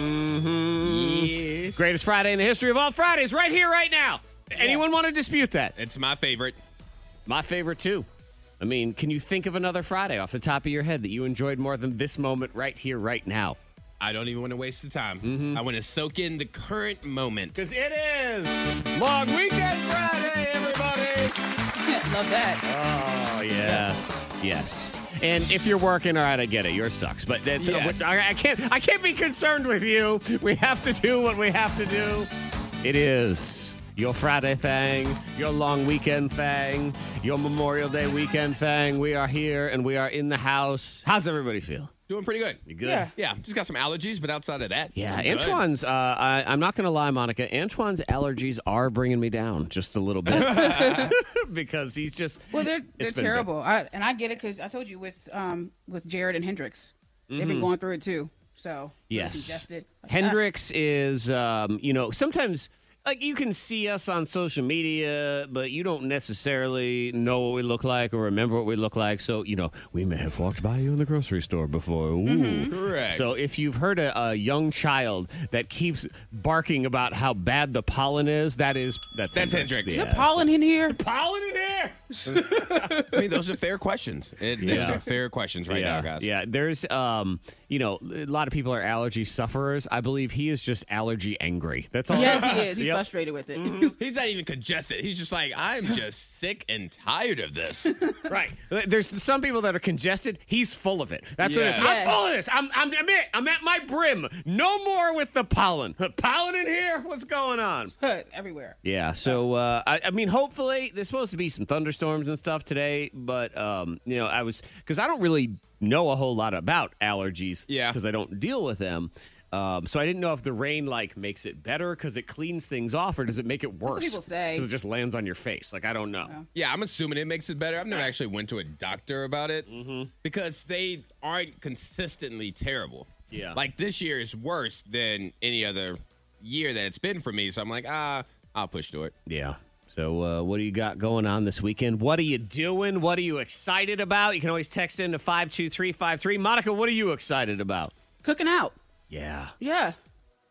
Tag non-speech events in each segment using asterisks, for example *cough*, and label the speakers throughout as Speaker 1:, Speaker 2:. Speaker 1: Mhm. Greatest Friday in the history of all Fridays, right here, right now. Anyone want to dispute that?
Speaker 2: It's my favorite.
Speaker 1: My favorite too. I mean, can you think of another Friday off the top of your head that you enjoyed more than this moment right here, right now?
Speaker 2: I don't even want to waste the time.
Speaker 1: Mm-hmm.
Speaker 2: I want to soak in the current moment.
Speaker 1: Because it is Long Weekend Friday, everybody.
Speaker 3: Love that.
Speaker 1: Oh, yes. Yes. And if you're working, all right, I get it. Yours sucks, but that's, uh,
Speaker 2: Yes.
Speaker 1: I I can't. I can't be concerned with you. We have to do what we have to do. It is your Friday thing, your long weekend thing, your Memorial Day weekend thing. We are here and we are in the house. How's everybody feel?
Speaker 2: Doing pretty good. You
Speaker 1: Good.
Speaker 3: Yeah.
Speaker 2: Yeah, just got some allergies, but outside of that,
Speaker 1: Yeah,
Speaker 2: I'm good.
Speaker 1: Antoine's. Uh, I, I'm not going to lie, Monica. Antoine's allergies are bringing me down just a little bit
Speaker 2: *laughs*
Speaker 1: because he's just.
Speaker 3: Well, they're they're
Speaker 1: been bad.
Speaker 3: terrible, I, and I get it because I told you with um with Jared and Hendrix, they've been going through it too. So really
Speaker 1: Mm-hmm. Yes.
Speaker 3: congested. Like, ah.
Speaker 1: Hendrix is, um, you know, sometimes like you can see us on social media, but you don't necessarily know what we look like or remember what we look like. So, you know, we may have walked by you in the grocery store before. Ooh.
Speaker 2: Mm-hmm. Correct.
Speaker 1: So, if you've heard a, a young child that keeps barking about how bad the pollen is, that is that's
Speaker 2: That's Hendrix.
Speaker 3: Is
Speaker 1: Yeah.
Speaker 3: there pollen in here?
Speaker 1: pollen in here.
Speaker 2: I mean, those are fair questions. It,
Speaker 1: Yeah.
Speaker 2: Those are fair questions right
Speaker 1: yeah,
Speaker 2: now, guys.
Speaker 1: yeah. There's, um, you know, a lot of people are allergy sufferers. I believe he is just allergy angry. That's all.
Speaker 3: *laughs* Yes, he is. He's
Speaker 1: Yep. Mm-hmm.
Speaker 3: frustrated with it. *laughs*
Speaker 2: He's not even congested. He's just like, I'm
Speaker 1: *laughs*
Speaker 2: just sick and tired of this.
Speaker 1: Right. There's some people that are congested. He's full of it. That's what it is.
Speaker 2: Yeah.
Speaker 3: Yes.
Speaker 1: I'm full of this. I'm, I'm, I'm it. I'm at my brim. No more with the pollen. *laughs* Pollen in here? What's going on?
Speaker 3: Everywhere.
Speaker 1: Yeah. So, uh, I, I mean, hopefully there's supposed to be some thunderstorms and stuff today, but, um, you know, I was, because I don't really know a whole lot about allergies.
Speaker 2: Yeah.
Speaker 1: Because I don't deal with them. Um, so I didn't know if the rain like makes it better because it cleans things off, or does it make it worse?
Speaker 3: what people say.
Speaker 1: 'Cause it just lands on your face. Like I don't know.
Speaker 2: yeah, I'm assuming it makes it better. I've never actually went to a doctor about it
Speaker 1: Mm-hmm.
Speaker 2: because they aren't consistently terrible.
Speaker 1: Yeah.
Speaker 2: Like this year is worse than any other year that it's been for me. So I'm like, ah, I'll push through it.
Speaker 1: Yeah. So, uh, what do you got going on this weekend? What are you doing? What are you excited about? You can always text in to 52353. Monica, what are you excited about?
Speaker 3: Cooking out.
Speaker 1: Yeah.
Speaker 3: Yeah.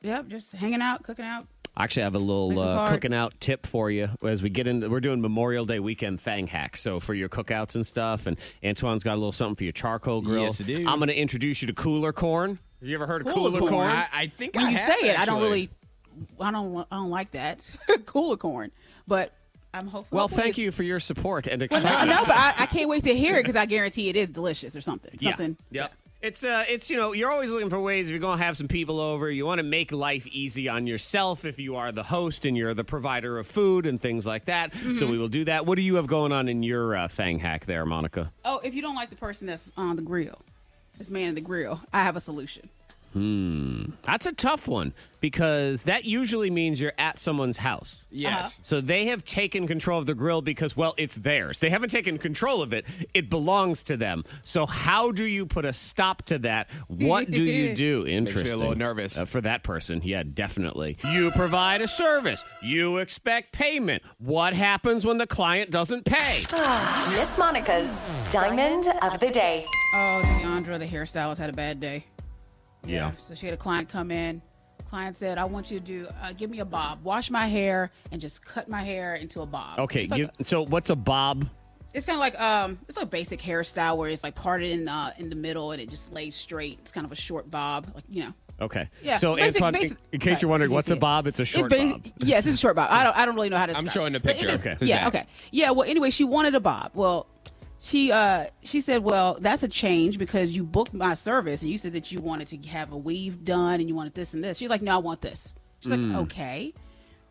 Speaker 3: Yep. Just hanging out, cooking out.
Speaker 1: Actually, I have a
Speaker 3: Play
Speaker 1: little
Speaker 3: some
Speaker 1: uh,
Speaker 3: cards.
Speaker 1: cooking out tip for you as we get into. We're doing Memorial Day weekend thang hacks, so for your cookouts and stuff. And Antoine's got a little something for your charcoal grill.
Speaker 2: Yes, I do.
Speaker 1: I'm going to introduce you to cooler corn. Have you ever heard of cooler,
Speaker 3: Cooler corn?
Speaker 1: corn?
Speaker 2: I, I think
Speaker 3: When
Speaker 2: I
Speaker 3: you
Speaker 2: have,
Speaker 3: say it, I don't
Speaker 2: actually.
Speaker 3: really. I don't. I don't like that. *laughs* Cooler corn, but I'm hopeful.
Speaker 1: well,
Speaker 3: hopefully
Speaker 1: thank
Speaker 3: it's-
Speaker 1: you for your support and
Speaker 3: Well,
Speaker 1: excitement.
Speaker 3: no, no, but I, I can't wait to hear it because I guarantee it is delicious or something. Something.
Speaker 1: Yeah. Yep. It's uh it's you know, you're always looking for ways if you're gonna have some people over, you wanna make life easy on yourself if you are the host and you're the provider of food and things like that.
Speaker 3: Mm-hmm.
Speaker 1: So we will do that. What do you have going on in your uh, fang hack there, Monica?
Speaker 3: Oh, if you don't like the person that's on the grill, this man in the grill, I have a solution.
Speaker 1: That's a tough one because that usually means you're at someone's house.
Speaker 2: Yes.
Speaker 3: uh-huh.
Speaker 1: So they have taken control of the grill because, well, it's theirs. They haven't taken control of it. It belongs to them. So how do you put a stop to that? What do
Speaker 3: *laughs*
Speaker 1: you do?
Speaker 2: a
Speaker 1: Interesting.
Speaker 2: little nervous.
Speaker 1: Uh, for that person, yeah, definitely. You provide a service. You expect payment. What happens when the client doesn't pay?
Speaker 4: Miss Monica's Diamond of the Day.
Speaker 3: Oh, Deandra, the hairstylist, had a bad day.
Speaker 1: Yeah.
Speaker 3: So she had a client come in. Client said, "I want you to do, uh, give me a bob, wash my hair, and just cut my hair into a bob."
Speaker 1: Okay.
Speaker 3: It's like-
Speaker 1: you- so what's a bob?
Speaker 3: it's kind of like um, it's a basic hairstyle where it's like parted in the in the middle and it just lays straight. It's kind of a short bob, like you know.
Speaker 1: Okay.
Speaker 3: Yeah.
Speaker 1: So
Speaker 3: basic-
Speaker 1: Antoine, in-
Speaker 3: basic-
Speaker 1: in, case you're
Speaker 3: Right,
Speaker 1: wondering,
Speaker 3: you
Speaker 1: what's
Speaker 3: see
Speaker 1: a
Speaker 3: it.
Speaker 1: bob? It's a short
Speaker 3: basi-
Speaker 1: bob.
Speaker 3: Yes, it's a short bob. I don't I don't really know how to. describe
Speaker 2: showing
Speaker 3: it.
Speaker 2: the
Speaker 3: But it's
Speaker 2: picture.
Speaker 3: just-
Speaker 2: Okay.
Speaker 3: Yeah.
Speaker 2: Zach.
Speaker 3: Okay. Yeah. Well, anyway, she wanted a bob. Well, she uh she said, well, that's a change because you booked my service and you said that you wanted to have a weave done and you wanted this and this. She's like, no, I want this. She's
Speaker 2: Hmm.
Speaker 3: like, okay.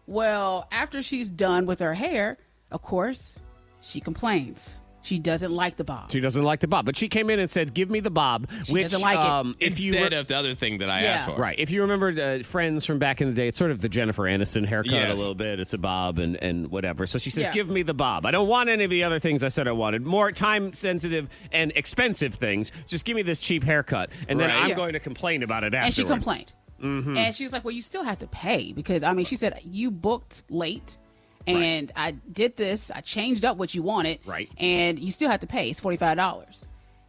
Speaker 3: Well, after she's done with her hair, of course, she complains. She doesn't like the bob.
Speaker 1: She doesn't like the bob, but she came in and said, "Give me the bob."
Speaker 3: She
Speaker 1: which,
Speaker 3: doesn't like it.
Speaker 1: um, if you
Speaker 2: Instead of the other thing that I
Speaker 3: Yeah.
Speaker 2: asked for.
Speaker 1: Right. If you remember uh, Friends from back in the day, it's sort of the Jennifer Aniston haircut a
Speaker 2: Yes.
Speaker 1: little bit. It's a bob and, and whatever. So she says,
Speaker 3: Yeah.
Speaker 1: Give me the bob. I don't want any of the other things I said I wanted. More time sensitive and expensive things. Just give me this cheap haircut. And then
Speaker 2: Right.
Speaker 1: I'm
Speaker 3: Yeah.
Speaker 1: going to complain about it afterward.
Speaker 3: and she complained.
Speaker 1: Mm-hmm.
Speaker 3: And she was like, "Well, you still have to pay because I mean, she said you booked late, and I did this. I changed up what you wanted,
Speaker 1: Right.
Speaker 3: And you still have to pay. It's forty five dollars.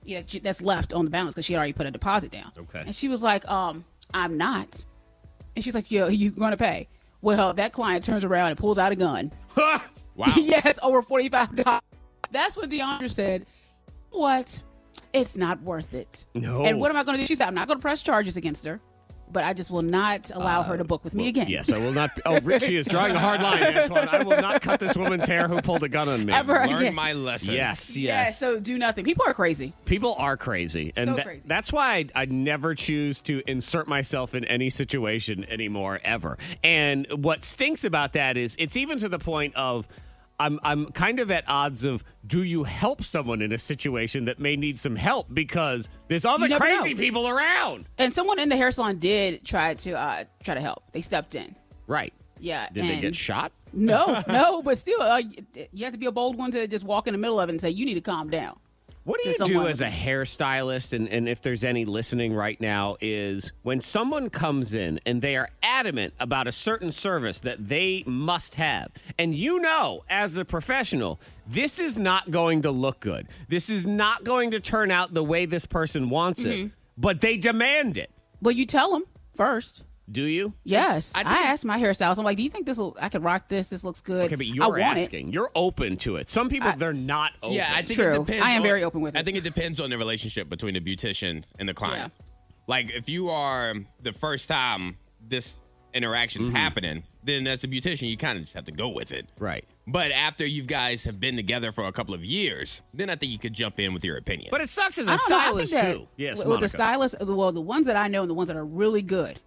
Speaker 3: You know, she- that's left on the balance because she had already put a deposit down.
Speaker 1: Okay.
Speaker 3: And she was like, "Um, I'm not." And she's like, "Yo, you going to pay?" Well, that client turns around and pulls out a gun. *laughs*
Speaker 2: Wow.
Speaker 3: yeah, it's over forty five dollars. That's what DeAndre said. What? It's not worth it.
Speaker 1: No.
Speaker 3: And what am I going to do? She said, "I'm not going to press charges against her, but I just will not allow her to book with me
Speaker 1: *laughs*
Speaker 3: again." *laughs*
Speaker 1: Yes, I will not. Oh, Richie is drawing a hard line, Antoine. I will not cut this woman's hair who pulled a gun on me.
Speaker 3: Ever
Speaker 2: Learn
Speaker 3: again.
Speaker 2: my lesson.
Speaker 1: Yes, yes.
Speaker 3: Yeah, so do nothing. People are crazy.
Speaker 1: People are crazy, and
Speaker 3: So
Speaker 1: tha-
Speaker 3: crazy.
Speaker 1: that's why I, I never choose to insert myself in any situation anymore, ever. And what stinks about that is it's even to the point of I'm I'm kind of at odds of do you help someone in a situation that may need some help because there's other
Speaker 3: never
Speaker 1: crazy
Speaker 3: know.
Speaker 1: people around,
Speaker 3: And someone in the hair salon did try to uh, try to help. They stepped in.
Speaker 1: right?
Speaker 3: Yeah.
Speaker 1: Did they
Speaker 3: and-
Speaker 1: get shot? *laughs*
Speaker 3: No, no, but still, uh, y- you have to be a bold one to just walk in the middle of it and say, "You need to calm down."
Speaker 1: What do
Speaker 3: to
Speaker 1: you do
Speaker 3: someone.
Speaker 1: as a hairstylist, and, and if there's any listening right now, is when someone comes in and they are adamant about a certain service that they must have, and you know, as a professional, this is not going to look good. This is not going to turn out the way this person wants
Speaker 3: Mm-hmm.
Speaker 1: it, but they demand it.
Speaker 3: Well, you tell them first.
Speaker 1: Do you?
Speaker 3: Yes, I,
Speaker 2: I think-
Speaker 3: asked my hairstylist. I'm like, "Do you think this? will I could rock this. This looks good."
Speaker 1: Okay, but
Speaker 3: I
Speaker 1: you're
Speaker 3: want it."
Speaker 1: asking. You're open to it. Some people, they're not open.
Speaker 2: Yeah, I think
Speaker 3: True.
Speaker 2: it depends.
Speaker 3: I am
Speaker 2: on-
Speaker 3: very open with
Speaker 2: I
Speaker 3: it.
Speaker 2: think it depends on the relationship between the beautician and the client. Like if you are the first time this interaction's happening, then as a beautician, you kind of just have to go with it.
Speaker 1: Right.
Speaker 2: But after you guys have been together for a couple of years, then I think you could jump in with your opinion.
Speaker 1: But it sucks as
Speaker 3: I
Speaker 1: a
Speaker 3: don't know. I think
Speaker 1: stylist,
Speaker 3: that
Speaker 1: too. Yes,
Speaker 3: with- with the
Speaker 1: Monica.
Speaker 3: stylists, well, the ones that I know and the ones that are really good,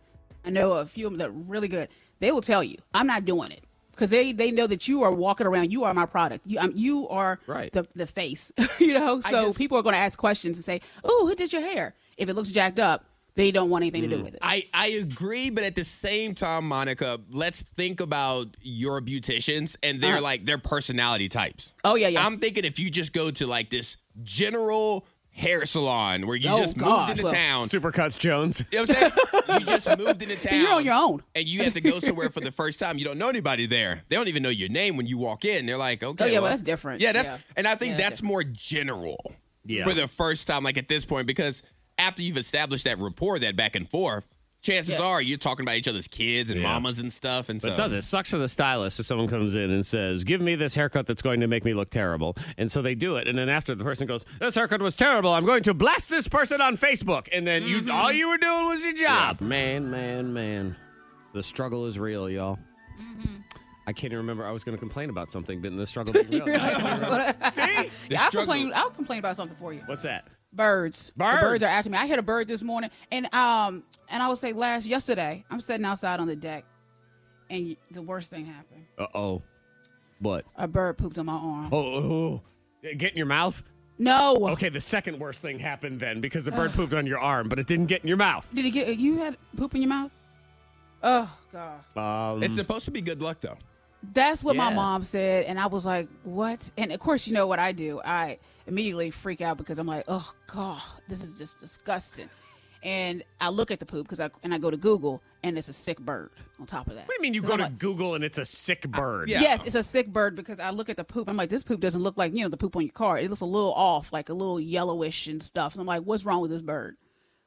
Speaker 3: I know a few of them that are really good. They will tell you, "I'm not doing it," because they they know that you are walking around. You are my product. You um, you are
Speaker 1: Right.
Speaker 3: the the face. *laughs* you know,
Speaker 2: I
Speaker 3: so
Speaker 2: just-
Speaker 3: people are going to ask questions and say, "Oh, who did your hair?" If it looks jacked up, they don't want anything
Speaker 1: Mm.
Speaker 3: to do with it.
Speaker 2: I, I agree, but at the same time, Monica, let's think about your beauticians and their
Speaker 3: Uh-huh.
Speaker 2: like their personality types.
Speaker 3: Oh, yeah, yeah. *laughs*
Speaker 2: I'm thinking if you just go to like this general hair salon where you
Speaker 3: Oh,
Speaker 2: just
Speaker 3: God,
Speaker 2: moved into
Speaker 3: well-
Speaker 2: town.
Speaker 1: Supercuts Jones.
Speaker 2: You know what I'm saying? you just moved
Speaker 3: *laughs*
Speaker 2: into town.
Speaker 3: You're on your own.
Speaker 2: And you have to go somewhere for the first time. You don't know anybody there. They don't even know your name when you walk in. They're like, okay.
Speaker 3: Oh, yeah, well, that's different.
Speaker 2: Yeah, that's
Speaker 3: Yeah.
Speaker 2: and I think
Speaker 3: Yeah, that's
Speaker 2: that's more general.
Speaker 1: Yeah.
Speaker 2: For the first time, like at this point, because after you've established that rapport, that back and forth, chances
Speaker 3: Yeah.
Speaker 2: are you're talking about each other's kids and
Speaker 1: Yeah.
Speaker 2: mamas and stuff. And
Speaker 1: But
Speaker 2: so
Speaker 1: it does. It sucks for the stylist if someone comes in and says, "Give me this haircut that's going to make me look terrible," and so they do it, and then after the person goes, "This haircut was terrible. I'm going to blast this person on Facebook," and then you, all you were doing was your job. Mm-hmm. Man, man, man, the struggle is real, y'all. I can't even remember. I was going to complain about something, but the struggle. Being *laughs* real. Now I can't remember. See,
Speaker 2: The
Speaker 3: Yeah, I'll
Speaker 2: struggle-
Speaker 3: complain. I'll complain about something for you.
Speaker 1: what's that?
Speaker 3: birds. The
Speaker 1: Birds.
Speaker 3: birds are after me. I hit a bird this morning, and um, and I would say last yesterday, I'm sitting outside on the deck, and the worst thing happened.
Speaker 1: Uh oh, what?
Speaker 3: A bird pooped on my arm.
Speaker 1: Oh, oh, oh. get in your mouth.
Speaker 3: No.
Speaker 1: Okay, the second worst thing happened then because the bird pooped on your arm, but it didn't get in your mouth.
Speaker 3: Did it get you had poop in your mouth? Oh god.
Speaker 2: it's supposed to be good luck though.
Speaker 3: That's what my
Speaker 1: Yeah.
Speaker 3: mom said, and I was like, "What?" And of course, you know what I do. I immediately freak out because I'm like, "Oh God, this is just disgusting." And I look at the poop because I and I go to Google, and it's a sick bird on top of that.
Speaker 1: What do you mean you
Speaker 3: 'Cause
Speaker 1: go
Speaker 3: I'm
Speaker 1: to
Speaker 3: like,
Speaker 1: Google and it's a sick bird?
Speaker 2: yeah.
Speaker 3: Yes, it's a sick bird because I look at the poop. I'm like, this poop doesn't look like you know the poop on your car. It looks a little off, like a little yellowish and stuff. So I'm like, what's wrong with this bird?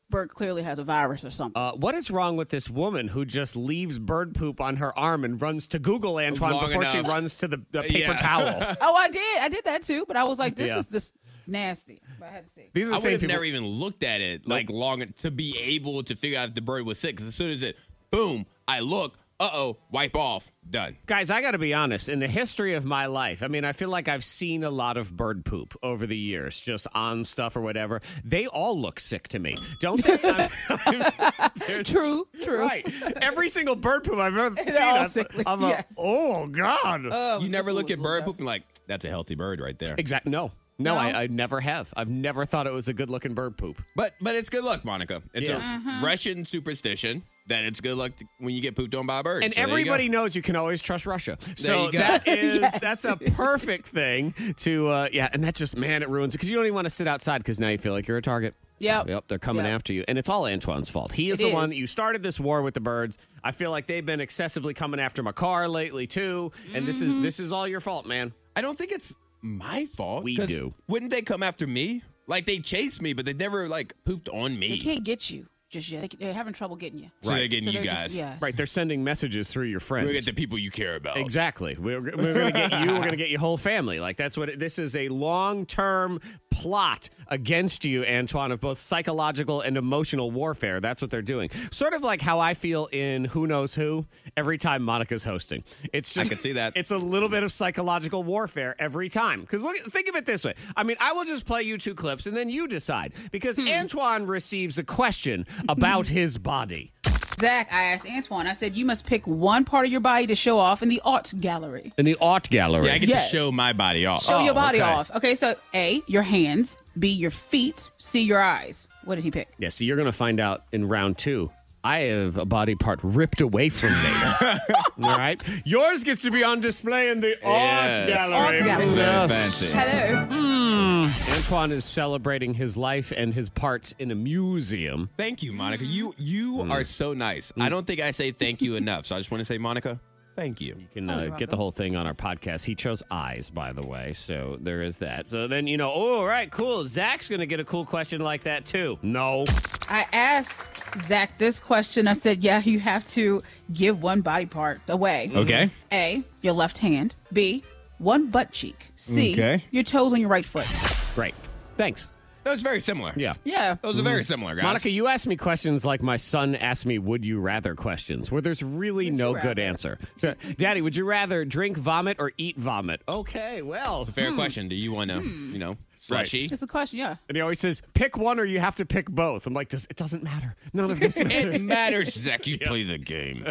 Speaker 3: Bird clearly has a virus or something.
Speaker 1: Uh, what is wrong with this woman who just leaves bird poop on her arm and runs to Google Antoine
Speaker 2: Long
Speaker 1: before she
Speaker 2: enough.
Speaker 1: runs to the, the paper
Speaker 2: Yeah.
Speaker 1: towel?
Speaker 3: *laughs* oh, I did, I did that too, but I was like, this
Speaker 1: Yeah.
Speaker 3: is just nasty. But I had to see.
Speaker 1: These are the
Speaker 2: I would
Speaker 1: same
Speaker 2: have
Speaker 1: people.
Speaker 2: never even looked at it like long to be able to figure out if the bird was sick. 'Cause as soon as it boom, I look, uh oh, wipe off, done.
Speaker 1: Guys, I got to be honest. In the history of my life, I mean, I feel like I've seen a lot of bird poop over the years, just on stuff or whatever. They all look sick to me, don't they? I'm- I'm- they're-
Speaker 3: True, true.
Speaker 1: Right. Every single bird poop I've ever seen.
Speaker 3: all
Speaker 1: I'm-
Speaker 3: sickly,
Speaker 1: I'm a-
Speaker 3: yes.
Speaker 1: oh, God.
Speaker 3: Oh,
Speaker 2: you never
Speaker 3: this
Speaker 2: look
Speaker 3: one
Speaker 2: at
Speaker 3: was
Speaker 2: bird
Speaker 3: low.
Speaker 2: poop and like, that's a healthy bird right there.
Speaker 1: Exactly. No. No, I, I never have. I've never thought it was a good looking bird poop.
Speaker 2: But but it's good luck, Monica. It's a
Speaker 1: Yeah.
Speaker 2: Russian superstition that it's good luck to, when you get pooped on by a bird.
Speaker 1: And
Speaker 2: So there you go.
Speaker 1: everybody knows you can always trust Russia. So
Speaker 2: you go. *laughs*
Speaker 1: that is that's a perfect thing to uh, yeah, and that just man it ruins it because you don't even want to sit outside because now you feel like you're a target.
Speaker 3: Yep.
Speaker 1: Yep, they're coming
Speaker 3: Yep.
Speaker 1: after you, and it's all Antoine's fault. He is
Speaker 3: It
Speaker 1: the one
Speaker 3: is.
Speaker 1: that you started this war with the birds. I feel like they've been excessively coming after my car lately too, and this
Speaker 3: Mm-hmm.
Speaker 1: is this is all your fault, man.
Speaker 2: I don't think it's my fault.
Speaker 1: We
Speaker 2: 'cause
Speaker 1: do.
Speaker 2: Wouldn't they come after me? Like they chased me, but they never like pooped on
Speaker 3: They
Speaker 2: me.
Speaker 3: can't get you just yet. They, are having trouble getting you.
Speaker 2: so they're
Speaker 1: Right.
Speaker 2: getting
Speaker 3: So
Speaker 2: you
Speaker 3: they're
Speaker 2: guys.
Speaker 3: just- yes.
Speaker 1: Right? They're sending messages through your friends.
Speaker 2: We're gonna get the people you care about.
Speaker 1: Exactly. We're, we're going to get you. We're going to get your whole family. Like that's what it, this is a long term plot against you, Antoine, of both psychological and emotional warfare. That's what they're doing. Sort of like how I feel in Who Knows Who every time Monica's hosting. It's just
Speaker 2: can see that.
Speaker 1: *laughs* It's a little bit of psychological warfare every time. Because look, think of it this way. I mean, I will just play you two clips and then you decide. Because
Speaker 2: Hmm.
Speaker 1: Antoine receives a question about his body.
Speaker 3: Zach, I asked Antoine. I said you must pick one part of your body to show off in the art gallery.
Speaker 1: In the art gallery.
Speaker 2: Yeah, I get
Speaker 3: Yes.
Speaker 2: to show my body off.
Speaker 3: Show your body
Speaker 1: Oh, okay.
Speaker 3: off. Okay, so A, your hands. B, your feet. C, your eyes. What did he pick?
Speaker 1: Yeah, so you're going to find out in round two. I have a body part ripped away from me.
Speaker 2: *laughs*
Speaker 1: All right. Yours gets to be on display in the
Speaker 2: Yes.
Speaker 1: art gallery.
Speaker 3: Art gallery.
Speaker 2: Oh, Very
Speaker 1: Yes.
Speaker 2: fancy.
Speaker 3: Hello.
Speaker 1: Antoine is celebrating his life and his parts in a museum.
Speaker 2: Thank you, Monica. You you
Speaker 1: Mm.
Speaker 2: are so nice. I don't think I say thank you enough, so I just want to say, Monica, thank you.
Speaker 1: You can uh, get the whole thing on our podcast. He chose eyes, by the way, so there is that. So then, you know, oh, all right, cool. Zach's going to get a cool question like that, too. No.
Speaker 3: I asked Zach this question. I said, yeah, you have to give one body part away.
Speaker 2: Okay.
Speaker 3: A, your left hand. B, one butt cheek. C,
Speaker 2: Okay.
Speaker 3: your toes on your right foot.
Speaker 1: Great. Thanks.
Speaker 2: That was very similar.
Speaker 1: Yeah.
Speaker 3: Yeah.
Speaker 2: Those are very similar, guys.
Speaker 1: Monica, you asked me questions like my son asked me "Would you rather" questions, where there's really no good answer. Daddy, would you rather drink vomit or eat vomit? Okay, well,
Speaker 2: fair question. Do you want to, you know, slushy?
Speaker 3: *laughs* It's a question, yeah.
Speaker 1: and he always says, "Pick one, or you have to pick both." I'm like, Does, it doesn't matter. None of
Speaker 2: *laughs*
Speaker 1: this
Speaker 2: It
Speaker 1: matters.
Speaker 2: matters, Zach. You play
Speaker 1: *laughs*
Speaker 2: the game.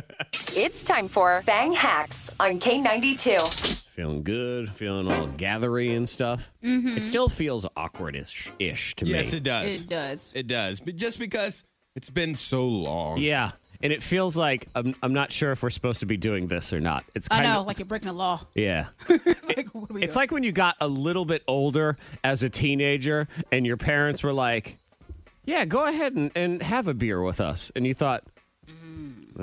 Speaker 4: It's time for Bang Hacks on K92.
Speaker 1: feeling good, feeling all gathery and stuff. It still feels awkward-ish ish to
Speaker 2: Mm-hmm. Yes,
Speaker 1: me.
Speaker 2: it does.
Speaker 3: It does.
Speaker 2: It does. But just because it's been so long.
Speaker 1: yeah, and it feels like I'm, I'm not sure if we're supposed to be doing this or not. It's
Speaker 3: I
Speaker 1: kind
Speaker 3: know,
Speaker 1: of
Speaker 3: like you're breaking the law. *laughs*
Speaker 1: yeah.
Speaker 3: It's like, what do we
Speaker 1: It's
Speaker 3: do?
Speaker 1: like when you got a little bit older as a teenager and your parents were like, yeah, go ahead and, and have a beer with us. And you thought, "Uh,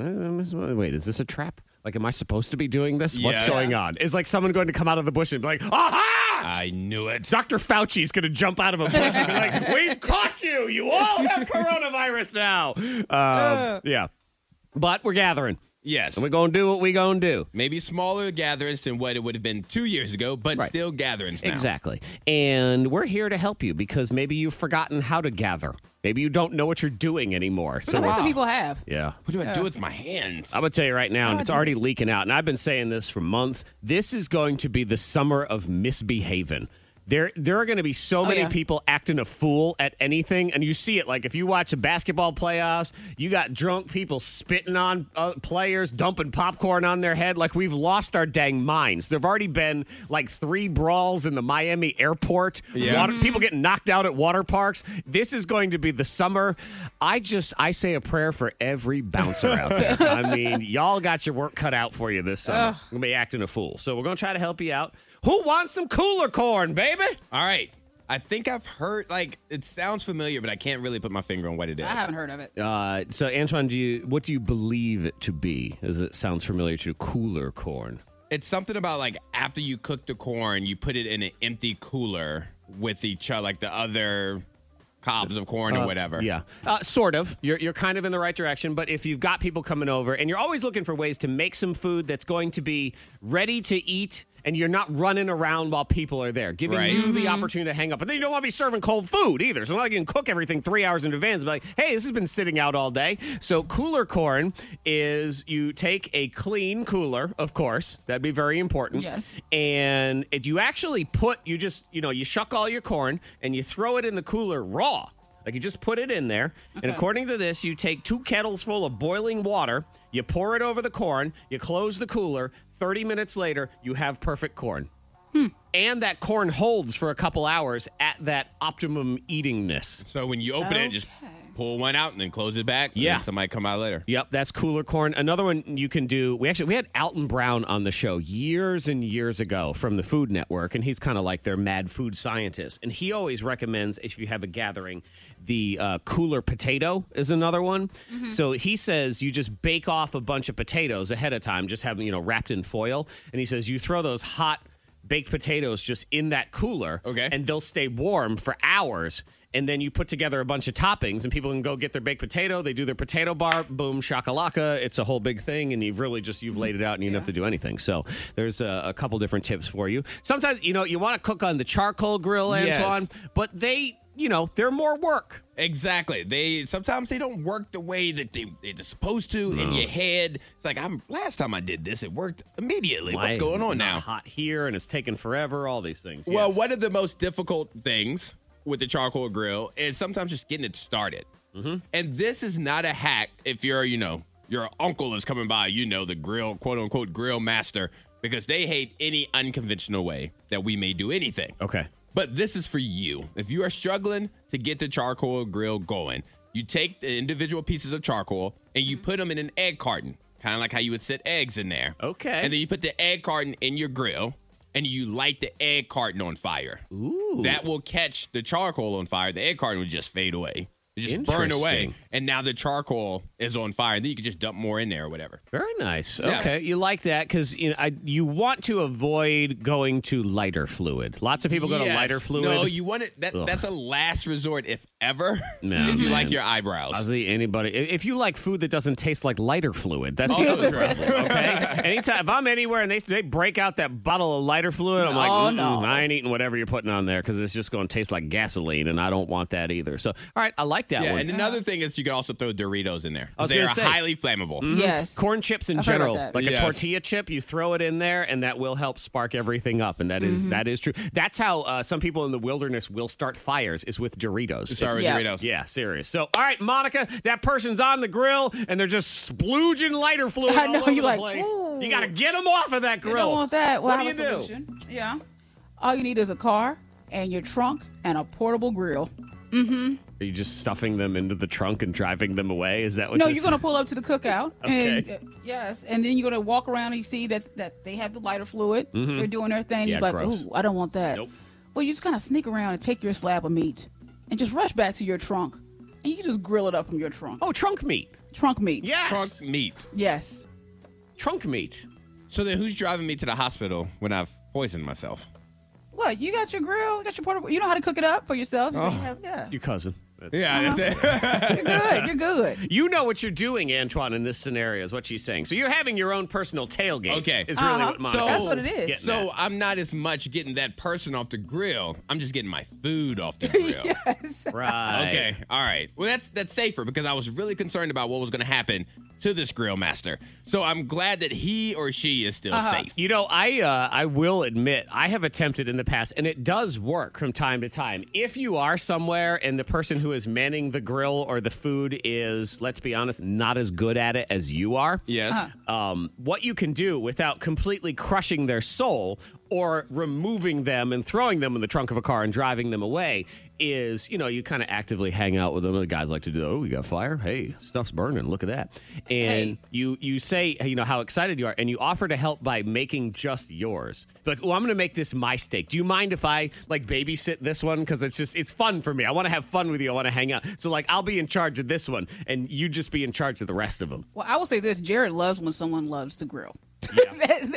Speaker 1: wait, is this a trap? Like, am I supposed to be doing this? What's
Speaker 2: Yes.
Speaker 1: going on? Is like someone going to come out of the bush and be like, aha!
Speaker 2: I knew it.
Speaker 1: Dr. Fauci's going to jump out of a bush and be like, we've caught you. You all have coronavirus now. Um, yeah. But we're gathering.
Speaker 2: Yes.
Speaker 1: And we're going to do what we're going to do.
Speaker 2: Maybe smaller gatherings than what it would have been two years ago, but
Speaker 1: Right.
Speaker 2: still gatherings now.
Speaker 1: Exactly. And we're here to help you because maybe you've forgotten how to gather. Maybe you don't know what you're doing anymore.
Speaker 3: But
Speaker 1: So,
Speaker 3: that's what people have.
Speaker 1: yeah.
Speaker 2: What do I do with my hands?
Speaker 1: I'm going to tell you right now, and it's already leaking out, and I've been saying this for months. This is going to be the summer of misbehaving. There, there are going to be so many
Speaker 3: yeah.
Speaker 1: people acting a fool at anything, and you see it. Like if you watch a basketball playoffs, you got drunk people spitting on uh, players, dumping popcorn on their head. Like we've lost our dang minds. There've already been like three brawls in the Miami airport.
Speaker 2: Yeah.
Speaker 1: Water- people get knocked out at water parks. This is going to be the summer. I just I say a prayer for every bouncer out there. I mean, y'all got your work cut out for you this summer. You're gonna be acting a fool. So we're gonna try to help you out. Who wants some cooler corn, baby?
Speaker 2: All right. I think I've heard, like, it sounds familiar, but I can't really put my finger on what it is.
Speaker 3: I haven't heard of it.
Speaker 1: Uh, so Antoine, do you what do you believe it to be? As it sounds familiar to you, cooler corn.
Speaker 2: It's something about, like, after you cook the corn, you put it in an empty cooler with each other, like the other cobs of corn or whatever.
Speaker 1: Yeah, uh, sort of. You're you're kind of in the right direction, but if you've got people coming over and you're always looking for ways to make some food that's going to be ready to eat. And you're not running around while people are there, giving
Speaker 2: Right.
Speaker 1: you the opportunity to hang up. And then you don't want to be serving cold food either. So, not like you can cook everything three hours in advance and be like, hey, this has been sitting out all day. So, cooler corn is you take a clean cooler, of course. That'd be very important
Speaker 3: Yes.
Speaker 1: and if you actually put you just you know you shuck all your corn and you throw it in the cooler raw like you just put it in there and according to this you take two kettles full of boiling water you pour it over the corn you close the cooler 30 minutes later you have perfect corn And that corn holds for a couple hours at that optimum eatingness.
Speaker 2: So when you open it, just pull one out and then close it back. and
Speaker 1: Yeah.
Speaker 2: then somebody come out later.
Speaker 1: Yep, that's cooler corn. Another one you can do. We actually we had Alton Brown on the show years and years ago from the Food Network, and he's kind of like their mad food scientist. And he always recommends if you have a gathering, the uh, cooler potato is another one. So he says you just bake off a bunch of potatoes ahead of time, just have them you know wrapped in foil, and he says you throw those hot baked potatoes just in that cooler,
Speaker 2: Okay.
Speaker 1: and they'll stay warm for hours. And then you put together a bunch of toppings, and people can go get their baked potato. They do their potato bar, boom, shakalaka. It's a whole big thing, and you've really just you've laid it out, and you don't have to do anything. So there's a, a couple different tips for you. Sometimes you know you want to cook on the charcoal grill,
Speaker 2: Yes.
Speaker 1: Antoine, but they you know they're more work.
Speaker 2: Exactly. They sometimes they don't work the way that they they're supposed to in your head. It's like I'm last time I did this, it worked immediately. What's
Speaker 1: Why is
Speaker 2: going
Speaker 1: it
Speaker 2: on
Speaker 1: not
Speaker 2: now?
Speaker 1: Hot here, and it's taking forever. All these things.
Speaker 2: Well,
Speaker 1: Yes.
Speaker 2: one of the most difficult things with the charcoal grill is sometimes just getting it started.
Speaker 1: Mm-hmm.
Speaker 2: And this is not a hack if you're, you know, your uncle is coming by, you know, the grill, quote unquote, grill master, because they hate any unconventional way that we may do anything.
Speaker 1: Okay.
Speaker 2: But this is for you. If you are struggling to get the charcoal grill going, you take the individual pieces of charcoal and you put them in an egg carton, kind of like how you would set eggs in there.
Speaker 1: Okay.
Speaker 2: And then you put the egg carton in your grill and you light the egg carton on fire. Ooh. That will catch the charcoal on fire. The egg carton would just fade away. It just burn away.
Speaker 1: Interesting.
Speaker 2: And now the charcoal is on fire. And then you can just dump more in there or whatever.
Speaker 1: Very nice.
Speaker 2: Yeah.
Speaker 1: Okay, you like that because you know, I, you want to avoid going to lighter fluid. Lots of people go to
Speaker 2: Yes.
Speaker 1: lighter fluid.
Speaker 2: No, you want it. That,
Speaker 1: Ugh.
Speaker 2: that's a last resort, if ever.
Speaker 1: No,
Speaker 2: if you like
Speaker 1: man.
Speaker 2: your eyebrows. *laughs*
Speaker 1: I'll see anybody. i- If you like food that doesn't taste like lighter fluid,
Speaker 3: Oh,
Speaker 1: that's
Speaker 2: Also
Speaker 1: also *laughs*
Speaker 2: true.
Speaker 1: okay. Anytime if I'm anywhere and they they break out that bottle of lighter fluid, I'm like,
Speaker 3: Oh,
Speaker 1: "Mm-mm,
Speaker 3: no.
Speaker 1: I ain't eating whatever you're putting on there because it's just going to taste like gasoline, and I don't want that either. So, all right, I like that
Speaker 2: Yeah,
Speaker 1: one.
Speaker 2: and another thing is you can also throw Doritos in there.
Speaker 1: was
Speaker 2: They
Speaker 1: gonna
Speaker 2: are
Speaker 1: say. Mm-hmm.
Speaker 2: highly flammable.
Speaker 3: Yes.
Speaker 1: Corn chips in
Speaker 3: I've heard about
Speaker 1: general,
Speaker 3: that.
Speaker 1: like
Speaker 2: Yes.
Speaker 1: a tortilla chip, you throw it in there, and that will help spark everything up. And that is-
Speaker 3: Mm-hmm.
Speaker 1: that is true. That's how uh, some people in the wilderness will start fires is with Doritos.
Speaker 2: Sorry,
Speaker 3: Yeah.
Speaker 2: Doritos.
Speaker 1: Yeah, serious. So, all right, Monica, that person's on the grill, and they're just splooging lighter fluid
Speaker 3: I
Speaker 1: all
Speaker 3: know,
Speaker 1: over
Speaker 3: you're
Speaker 1: the
Speaker 3: like,
Speaker 1: place.
Speaker 3: "Ooh."
Speaker 1: You got to get them off of that grill.
Speaker 3: You don't want that. Well,
Speaker 1: what
Speaker 3: I
Speaker 1: do you
Speaker 3: have
Speaker 1: do?
Speaker 3: a solution. Yeah. All you need is a car and your trunk and a portable grill.
Speaker 1: Are you just stuffing them into the trunk and driving them away? Is that what?
Speaker 3: No,
Speaker 1: this-
Speaker 3: you're gonna pull up to the cookout, and uh,
Speaker 1: Okay.
Speaker 3: yes, and then you're gonna walk around and you see that that they have the lighter fluid. They're doing their thing.
Speaker 1: Mm-hmm. Yeah,
Speaker 3: you're like,
Speaker 1: gross.
Speaker 3: ooh, I don't want that.
Speaker 1: Nope.
Speaker 3: Well, you just kind of sneak around and take your slab of meat, and just rush back to your trunk, and you can just grill it up from your trunk.
Speaker 1: *laughs* Oh, trunk meat.
Speaker 3: trunk meat.
Speaker 1: Yes,
Speaker 2: Trunk
Speaker 1: trunk,
Speaker 2: meat.
Speaker 3: Yes.
Speaker 1: meat.
Speaker 2: So then who's driving me to the hospital when I've poisoned myself?
Speaker 3: What? You got your grill. You got your portable. You know how to cook it up for yourself. So you have,
Speaker 1: *laughs*
Speaker 3: yeah.
Speaker 1: Your cousin.
Speaker 2: Yeah,
Speaker 1: Uh-huh.
Speaker 2: that's it.
Speaker 3: You're good. You're good.
Speaker 1: You know what you're doing, Antoine, in this scenario, is what she's saying. So you're having your own personal tailgate.
Speaker 2: Okay.
Speaker 1: Is really
Speaker 3: Uh-huh.
Speaker 1: what Monica
Speaker 2: So-
Speaker 3: That's what it is.
Speaker 1: getting
Speaker 2: *laughs* so
Speaker 1: at.
Speaker 2: I'm not as much getting that person off the grill. I'm just getting my food
Speaker 1: *laughs*
Speaker 2: off the grill.
Speaker 1: Right.
Speaker 2: Okay. All right. Well, that's that's safer because I was really concerned about what was going to happen to this grill master. So I'm glad that he or she is still safe.
Speaker 1: You know, I uh, I will admit I have attempted in the past, and it does work from time to time. If you are somewhere and the person who is manning the grill or the food is, let's be honest, not as good at it as you are,
Speaker 2: Yes.
Speaker 1: um, what you can do without completely crushing their soul or removing them and throwing them in the trunk of a car and driving them away is, you know, you kind of actively hang out with them. The guys like to do, oh, we got fire. Hey, stuff's burning. Look at that. And
Speaker 3: Hey.
Speaker 1: you you say, you know, how excited you are, and you offer to help by making just yours. Like, oh, I'm going to make this my steak. Do you mind if I like babysit this one? Because it's just it's fun for me. I want to have fun with you. I want to hang out. So like, I'll be in charge of this one, and you just be in charge of the rest of them.
Speaker 3: Well, I will say this: Jared loves when someone loves to grill.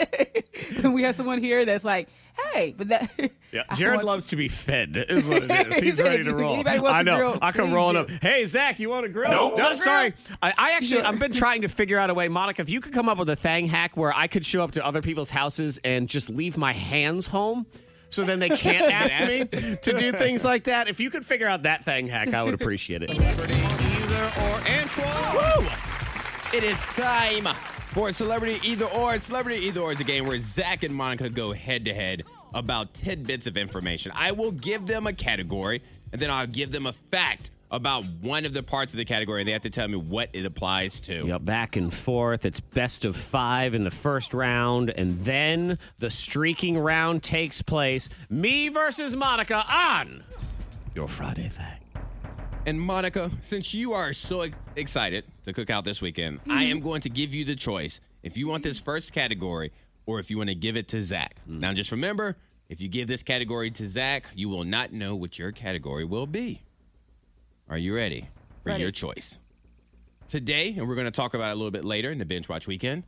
Speaker 3: *laughs* we have someone here that's like, "Hey," but that.
Speaker 1: Yeah,
Speaker 3: *laughs* I
Speaker 1: Jared
Speaker 3: want-
Speaker 1: loves to be fed, is what
Speaker 3: *laughs*
Speaker 1: it is. He's
Speaker 3: He said,
Speaker 1: ready to roll.
Speaker 3: "Anybody wants
Speaker 1: I
Speaker 3: to
Speaker 1: know.
Speaker 3: grill,
Speaker 1: I come
Speaker 3: please
Speaker 1: rolling
Speaker 3: do."
Speaker 1: up. Hey, Zach, you want to grill?
Speaker 5: Nope.
Speaker 1: No,
Speaker 3: Wanna grill?
Speaker 1: sorry. I, I actually,
Speaker 3: Yeah.
Speaker 1: I've been trying to figure out a way, Monica, if you could come up with a thang hack where I could show up to other people's houses and just leave my hands home. So then they
Speaker 3: *laughs*
Speaker 1: can't ask me to do things like that. If you could figure out that thang hack, I would appreciate it.
Speaker 2: Woo! It is time for Celebrity Either Or. Celebrity Either Or is a game where Zach and Monica go head to head about tidbits of information. I will give them a category, and then I'll give them a fact about one of the parts of the category, and they have to tell me what it applies to.
Speaker 1: Yep, back and forth. It's best of five in the first round, and then the streaking round takes place. Me versus Monica on your Friday thing.
Speaker 2: And Monica, since you are so ex- excited to cook out this weekend, I am going to give you the choice if you want this first category or if you want to give it to Zach. Now, just remember if you give this category to Zach, you will not know what your category will be. Are you ready for
Speaker 3: Ready.
Speaker 2: your choice? Today, and we're going to talk about it a little bit later in the Binge Watch Weekend,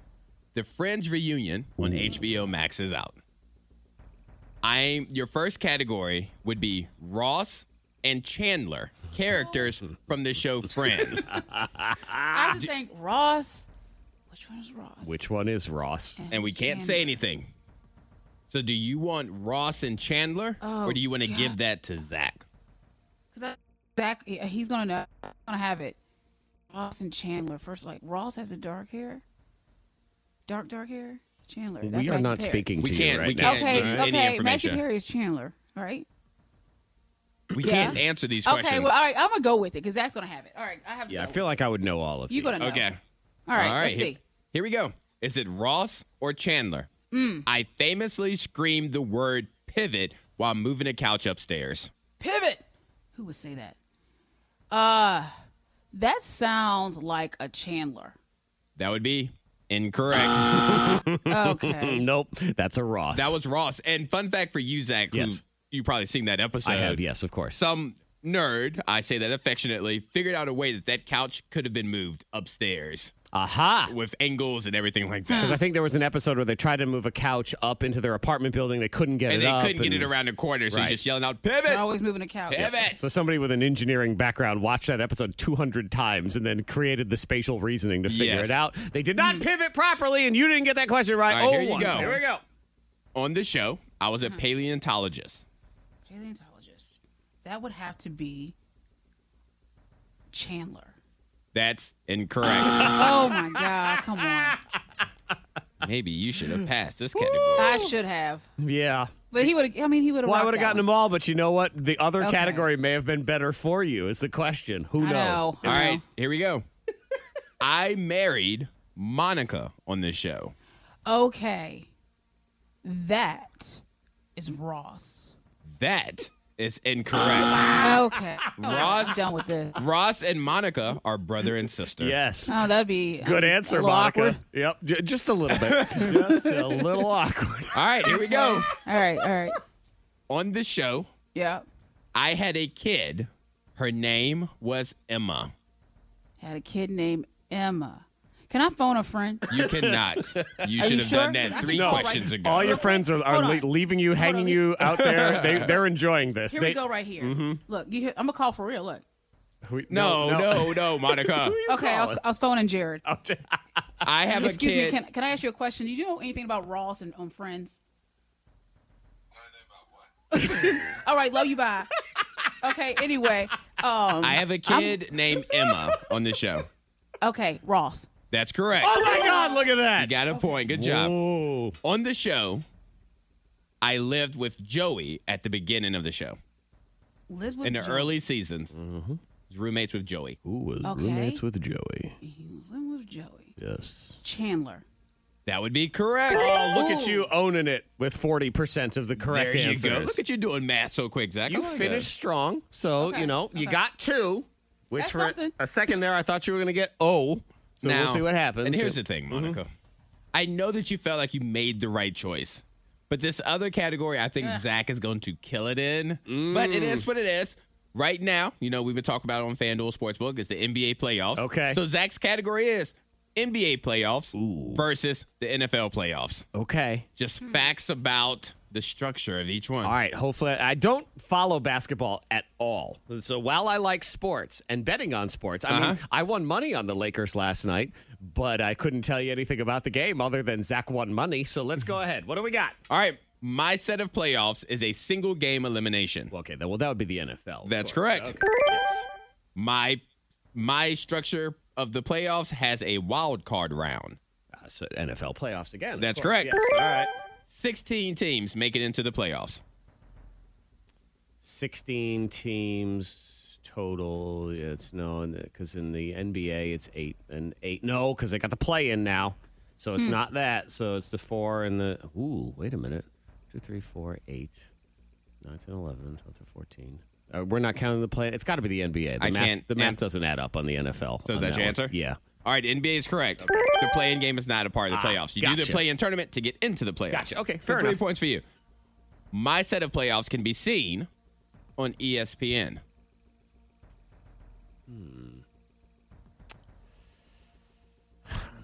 Speaker 2: the Friends reunion on HBO Max is out. I your first category would be Ross and Chandler characters
Speaker 3: Oh.
Speaker 2: from the show
Speaker 3: *laughs*
Speaker 2: Friends.
Speaker 3: I just think Ross. Which one is Ross?
Speaker 1: Which one is Ross?
Speaker 2: and we can't say
Speaker 3: Chandler.
Speaker 2: anything. So do you want Ross and Chandler or do you
Speaker 3: Oh,
Speaker 2: want to give that to Zach?
Speaker 3: 'Cause I- Zach, yeah, he's gonna know. He's gonna have it. Ross and Chandler first. Like Ross has the dark hair. Dark, dark hair. Chandler. That's
Speaker 1: we are
Speaker 3: Matthew
Speaker 1: not
Speaker 3: Perry.
Speaker 1: speaking
Speaker 2: We
Speaker 1: to
Speaker 2: can't-
Speaker 1: you right
Speaker 2: we
Speaker 1: now.
Speaker 2: can't.
Speaker 3: Okay,
Speaker 2: Yeah, any
Speaker 3: okay. Matthew
Speaker 2: information.
Speaker 3: Perry is Chandler, right?
Speaker 2: We
Speaker 3: Yeah.
Speaker 2: can't answer these questions.
Speaker 3: Okay. Well, all right. I'm gonna go with it because Zach's gonna have it. All right. I have. To
Speaker 1: Yeah, I
Speaker 3: go.
Speaker 1: feel like I would know all of
Speaker 3: You
Speaker 1: these.
Speaker 3: gonna know?
Speaker 2: okay.
Speaker 3: All right. Let's
Speaker 2: here,
Speaker 3: see.
Speaker 2: Here we go. Is it Ross or Chandler?
Speaker 3: Hmm.
Speaker 2: I famously screamed the word pivot while moving a couch upstairs.
Speaker 3: Pivot. Who would say that? Uh, that sounds like a Chandler.
Speaker 2: That would be incorrect.
Speaker 3: *gasps* Okay.
Speaker 1: Nope, that's a Ross.
Speaker 2: That was Ross. And fun fact for you, Zach,
Speaker 1: Yes.
Speaker 2: who you probably seen that episode.
Speaker 1: I have yes, of course.
Speaker 2: Some nerd, I say that affectionately, figured out a way that that couch could have been moved upstairs
Speaker 1: Aha.
Speaker 2: with angles and everything like that.
Speaker 1: Because I think there was an episode where they tried to move a couch up into their apartment building. They couldn't get
Speaker 2: and
Speaker 1: it
Speaker 2: they
Speaker 1: up.
Speaker 2: couldn't get
Speaker 1: and-
Speaker 2: it around the corner, so
Speaker 1: Right.
Speaker 2: you're just yelling out, pivot,
Speaker 3: They're always moving the couch.
Speaker 2: pivot.
Speaker 1: So somebody with an engineering background watched that episode 200 times and then created the spatial reasoning to figure
Speaker 2: Yes.
Speaker 1: it out. They did
Speaker 3: Hmm.
Speaker 1: not pivot properly, and you didn't get that question right.
Speaker 2: All right, here
Speaker 1: oh,
Speaker 2: you
Speaker 1: one.
Speaker 2: go.
Speaker 1: Here we go.
Speaker 2: On the show, I was a paleontologist.
Speaker 3: Paleontologist. That would have to be Chandler.
Speaker 2: That's incorrect.
Speaker 1: *laughs*
Speaker 3: Oh my God! Come on.
Speaker 2: Maybe you should have passed this category.
Speaker 3: I should have,
Speaker 1: Yeah.
Speaker 3: but he would. I mean, he would have.
Speaker 1: Well, I would have gotten them all, but you know what? The other
Speaker 3: Okay.
Speaker 1: category may have been better for you, is the question. Who
Speaker 3: I
Speaker 1: knows?
Speaker 3: know.
Speaker 2: All right, here we go. I married Monica on this show.
Speaker 3: Okay. That is Ross.
Speaker 2: That is incorrect.
Speaker 3: Okay.
Speaker 2: Ross
Speaker 3: I'm done with this.
Speaker 2: Ross and Monica are brother and sister.
Speaker 1: Yes.
Speaker 3: Oh, that'd be
Speaker 1: *laughs* Good
Speaker 3: um, a
Speaker 1: answer,
Speaker 3: little
Speaker 1: Monica.
Speaker 3: awkward.
Speaker 1: Yep. J- just a little bit.
Speaker 3: *laughs*
Speaker 1: just a little awkward.
Speaker 2: All right, here
Speaker 1: *laughs*
Speaker 2: we go.
Speaker 3: All right. All right.
Speaker 2: On the show,
Speaker 3: Yeah.
Speaker 2: I had a kid. Her name was Emma.
Speaker 3: Had a kid named Emma. Can I phone a friend?
Speaker 2: You cannot. You
Speaker 3: Are
Speaker 2: should
Speaker 3: you
Speaker 2: have
Speaker 3: sure?
Speaker 2: done that three
Speaker 1: No.
Speaker 2: questions ago.
Speaker 1: All your friends are, are
Speaker 3: Hold on.
Speaker 1: le- leaving you, hanging
Speaker 3: *laughs*
Speaker 1: you out there. They, they're enjoying this.
Speaker 3: Here
Speaker 1: they, Mm-hmm.
Speaker 3: we go, right here. Look, you hear, I'm gonna call for real. Look.
Speaker 1: we-
Speaker 2: no, no, no, Monica.
Speaker 3: Okay, I was, I was phoning Jared.
Speaker 2: I have a
Speaker 3: Excuse me.
Speaker 2: kid.
Speaker 3: Can, can I ask you a question? Do you know anything about Ross and on Friends? *laughs* All right. Love you. Bye. Okay. Anyway. Um.
Speaker 2: I have a kid named Emma on the show.
Speaker 3: Okay. Ross.
Speaker 2: That's correct.
Speaker 1: Oh my God! Look at
Speaker 2: You
Speaker 1: that.
Speaker 2: got a point. Good job.
Speaker 1: Oh,
Speaker 2: On the show, I lived with Joey at the beginning of the show.
Speaker 3: Liz with
Speaker 2: In the
Speaker 3: Joey.
Speaker 2: early seasons, roommates with Joey.
Speaker 1: who was
Speaker 3: Okay. roommates
Speaker 1: with Joey?
Speaker 3: He was in with Joey.
Speaker 1: Yes.
Speaker 3: Chandler.
Speaker 2: That would be correct.
Speaker 1: Oh, look at you owning it with forty percent of the correct
Speaker 2: There you
Speaker 1: answers.
Speaker 2: go. Look at you doing math so quick, Zach. I
Speaker 1: You
Speaker 2: like
Speaker 1: finished strong, so
Speaker 3: Okay,
Speaker 1: you know you
Speaker 3: okay.
Speaker 1: got two, which
Speaker 3: That's
Speaker 1: for
Speaker 3: something.
Speaker 1: a second there I thought you were going to get O. So
Speaker 2: Now-
Speaker 1: we'll see what happens. Mm-hmm.
Speaker 2: And here's the thing, Monica. I know that you felt like you made the right choice, but this other category, I think Zach is going to kill it in.
Speaker 1: Mm.
Speaker 2: But it is what it is. Right now, you know, we've been talking about it on FanDuel Sportsbook. It's the NBA playoffs.
Speaker 1: Okay.
Speaker 2: So Zach's category is NBA playoffs versus the NFL playoffs.
Speaker 1: okay.
Speaker 2: Just facts about the structure of each one.
Speaker 1: All right. Hopefully, I don't follow basketball at all. So while I like sports and betting on sports, I mean,
Speaker 2: Uh-huh.
Speaker 1: I won money on the Lakers last night, but I couldn't tell you anything about the game other than Zach won money. So let's
Speaker 2: Mm-hmm.
Speaker 1: go ahead. What do we got?
Speaker 2: All right. My set of playoffs is a single game elimination.
Speaker 1: Okay. That, well, that would be the NFL. of
Speaker 2: That's
Speaker 1: course.
Speaker 2: correct.
Speaker 1: Okay, yes.
Speaker 2: My my structure of the playoffs has a wild card round.
Speaker 1: Uh, so NFL playoffs again. of
Speaker 2: That's
Speaker 1: course,
Speaker 2: correct.
Speaker 1: yes. All right.
Speaker 2: 16 teams make it into the playoffs.
Speaker 1: 16 teams total. Yeah, it's no, because in the NBA it's eight and eight. No, because they got the play in now, so it's not that. So it's the four and the. Ooh, wait a minute. Two, three, four, eight, nine, ten, eleven, twelve, thirteen, fourteen. Uh, we're not counting the play. It's got to be the NBA. The
Speaker 2: I
Speaker 1: math,
Speaker 2: can't-
Speaker 1: The math
Speaker 2: and-
Speaker 1: doesn't add up on the NFL.
Speaker 2: So is
Speaker 1: on
Speaker 2: that your
Speaker 1: one.
Speaker 2: answer?
Speaker 1: Yeah.
Speaker 2: All right, NBA is correct. The play-in game is not a part of the playoffs. You do
Speaker 1: Ah, gotcha.
Speaker 2: the play-in tournament to get into the playoffs.
Speaker 1: Gotcha. Okay,
Speaker 2: So
Speaker 1: fair
Speaker 2: three
Speaker 1: enough.
Speaker 2: points for you. My set of playoffs can be seen on E ESPN.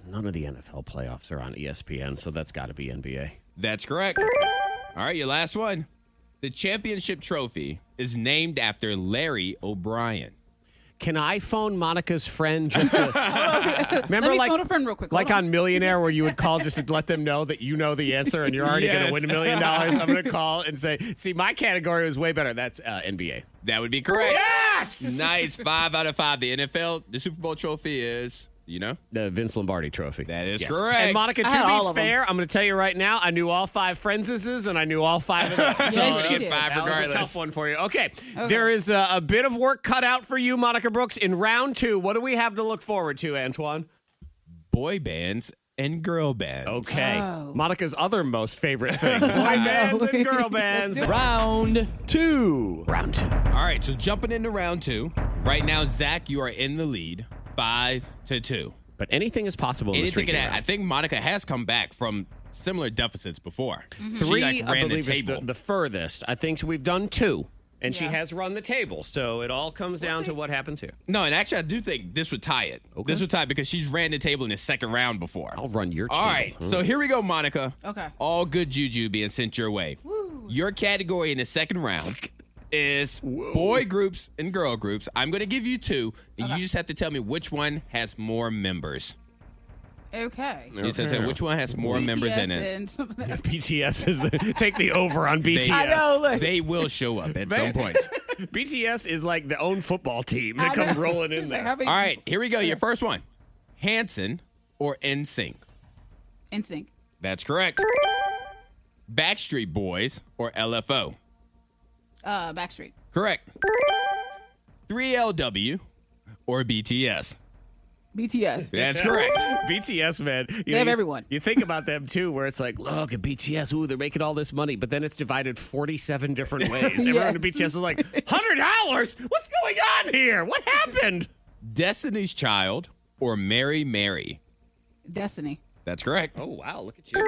Speaker 1: None of the NFL playoffs are on E ESPN, so that's got to be NBA.
Speaker 2: That's correct. All right, your last one. The championship trophy is named after Larry O'Brien.
Speaker 1: Can I phone Monica's friend just to remember
Speaker 3: Let me
Speaker 1: like
Speaker 3: phone a friend real quick. Hold
Speaker 1: like on. Millionaire where you would call just to let them know that you know the answer and you're already going
Speaker 2: Yes.
Speaker 1: to win a million dollars. I'm going to call and say, "See, my category was way better. That's uh, NBA."
Speaker 2: That would be correct.
Speaker 1: Yes!
Speaker 2: Nice. Five out of five. The NFL, the Super Bowl trophy is, you know,
Speaker 1: The Vince Lombardi Trophy.
Speaker 2: That is correct.
Speaker 1: And Monica, to
Speaker 3: I had all
Speaker 1: be
Speaker 3: of 'em.
Speaker 1: fair, I'm going to tell you right now, I knew all five Friends's and I knew all five of them. So
Speaker 3: *laughs* Yes,
Speaker 2: you
Speaker 3: she
Speaker 2: get
Speaker 3: did.
Speaker 2: five
Speaker 1: That
Speaker 2: regardless.
Speaker 1: was a tough one for you. Okay. There is a, a bit of work cut out for you, Monica Brooks. In round two, what do we have to look forward to, Antoine?
Speaker 2: Boy bands and girl bands.
Speaker 1: Okay.
Speaker 3: Oh.
Speaker 1: Monica's other most favorite
Speaker 3: *laughs*
Speaker 1: thing boy bands and girl bands.
Speaker 6: Round two.
Speaker 1: Round two.
Speaker 2: All right, so jumping into round two. Right now, Zach, you are in the lead, five to two.
Speaker 1: But anything is possible in the
Speaker 2: Anything
Speaker 1: street.
Speaker 2: can I think Monica has come back from similar deficits before.
Speaker 1: Three,
Speaker 2: she like
Speaker 1: I
Speaker 2: ran the
Speaker 1: believe, is
Speaker 2: table.
Speaker 1: the, the furthest. I think we've done two, and she
Speaker 3: Yeah.
Speaker 1: has run the table. So it all comes down to what happens here.
Speaker 2: no, and actually, I do think this would tie it.
Speaker 1: Okay.
Speaker 2: This would tie it because she's ran the table in the second round before.
Speaker 1: I'll run your Mm-hmm. table.
Speaker 2: All right, so here we go, Monica.
Speaker 3: Okay.
Speaker 2: All good juju being sent your way. Your category in the second
Speaker 1: *laughs*
Speaker 2: round is boy groups and girl groups. I'm going to give you two, and you just have to tell me which one has more members.
Speaker 3: on. Okay.
Speaker 2: You just have to tell me which one has more members in
Speaker 3: BTS
Speaker 2: it.
Speaker 3: and some of
Speaker 2: *laughs*
Speaker 3: that.
Speaker 1: BTS is the *laughs* take the over on BTS.
Speaker 3: I *laughs* know. Look,
Speaker 2: They will show up at some point.
Speaker 1: BTS is like the own football team. They
Speaker 3: I
Speaker 1: come
Speaker 3: know.
Speaker 1: rolling in
Speaker 3: It's like,
Speaker 1: there.
Speaker 3: how many
Speaker 2: All right, here we go. Your first one Hanson or NSYNC?
Speaker 3: In sync.
Speaker 2: That's correct. Backstreet Boys or LFO?
Speaker 3: Uh, Backstreet.
Speaker 2: Correct. 3LW or BTS?
Speaker 3: BTS.
Speaker 2: That's correct.
Speaker 1: BTS, man. You
Speaker 3: have
Speaker 1: you-
Speaker 3: everyone.
Speaker 1: You think about them too, where it's like, look at BTS. Ooh, they're making all this money, but then it's divided forty-seven
Speaker 3: *laughs*
Speaker 1: different ways. Everyone
Speaker 3: Yes.
Speaker 1: at BTS is like, hundred dollars. What's going on here? What happened?
Speaker 2: Destiny's Child or Mary Mary?
Speaker 3: Destiny.
Speaker 2: That's correct.
Speaker 1: Oh wow, look at you.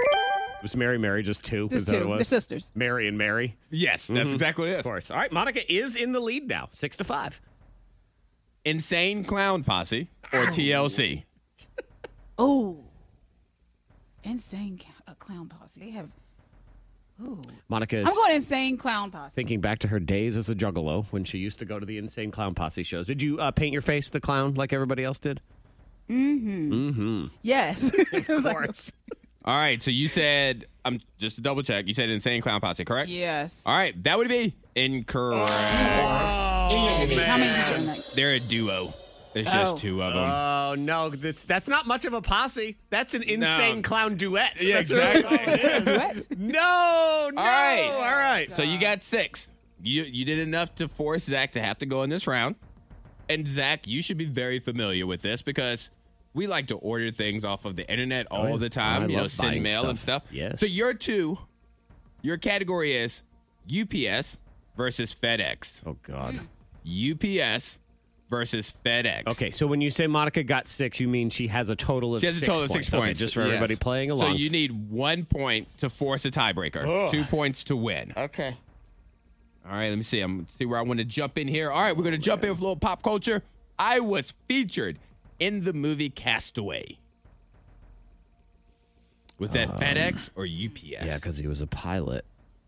Speaker 1: Was Mary Mary just two? Is
Speaker 3: Just
Speaker 1: that what it
Speaker 3: two. They're
Speaker 1: was?
Speaker 3: sisters.
Speaker 1: Mary and Mary,
Speaker 2: Yes, that's exactly what it
Speaker 1: of
Speaker 2: is.
Speaker 1: course. All right, Monica is in the lead now, six to five.
Speaker 2: Insane Clown Posse or TLC?
Speaker 3: Oh. Insane Cl- uh, clown posse. They have.
Speaker 1: Monica is
Speaker 3: I'm going insane clown posse.
Speaker 1: thinking back to her days as a juggalo when she used to go to the Insane Clown Posse shows. Did you uh, paint your face the clown like everybody else
Speaker 2: *laughs*
Speaker 1: did?
Speaker 3: yes. It was
Speaker 1: Of
Speaker 3: like-
Speaker 1: course.
Speaker 2: All right, so you said, I'm just to double check, you said Insane Clown Posse, correct?
Speaker 3: yes.
Speaker 2: All right, that would be incorrect.
Speaker 3: How many you doing? Like,
Speaker 2: They're a duo. There's just
Speaker 3: Oh.
Speaker 2: two of them.
Speaker 1: Oh no, that's that's not much of a posse. That's an insane clown duet.
Speaker 2: Yeah,
Speaker 1: That's really
Speaker 2: exactly.
Speaker 1: all it is.
Speaker 3: what?
Speaker 1: no, no. All
Speaker 2: right.
Speaker 1: all right.
Speaker 2: so you got six. You you did enough to force Zach to have to go in this round. And Zach, you should be very familiar with this because we like to order things off of the internet all
Speaker 1: yeah.
Speaker 2: the time.
Speaker 1: Oh, I
Speaker 2: you know,
Speaker 1: love
Speaker 2: send
Speaker 1: buying
Speaker 2: mail and
Speaker 1: stuff.
Speaker 2: stuff.
Speaker 1: Yes.
Speaker 2: So your two, your category is UPS versus FedEx.
Speaker 1: oh god.
Speaker 2: UPS versus FedEx.
Speaker 1: Okay, so when you say Monica got six, you mean she has a total of
Speaker 2: She has a
Speaker 1: six
Speaker 2: total of
Speaker 1: points.
Speaker 2: six
Speaker 1: Okay,
Speaker 2: points.
Speaker 1: just for
Speaker 2: Yes.
Speaker 1: everybody playing along.
Speaker 2: So you need one point to force a tiebreaker.
Speaker 1: Ugh.
Speaker 2: Two points to win.
Speaker 1: okay.
Speaker 2: All right, let me see. I'm see where I want to jump in here. All right, we're gonna jump in with a little pop culture. I was featured in the movie Castaway. Was that FedEx or UPS?
Speaker 1: Um, Yeah, because he was a pilot.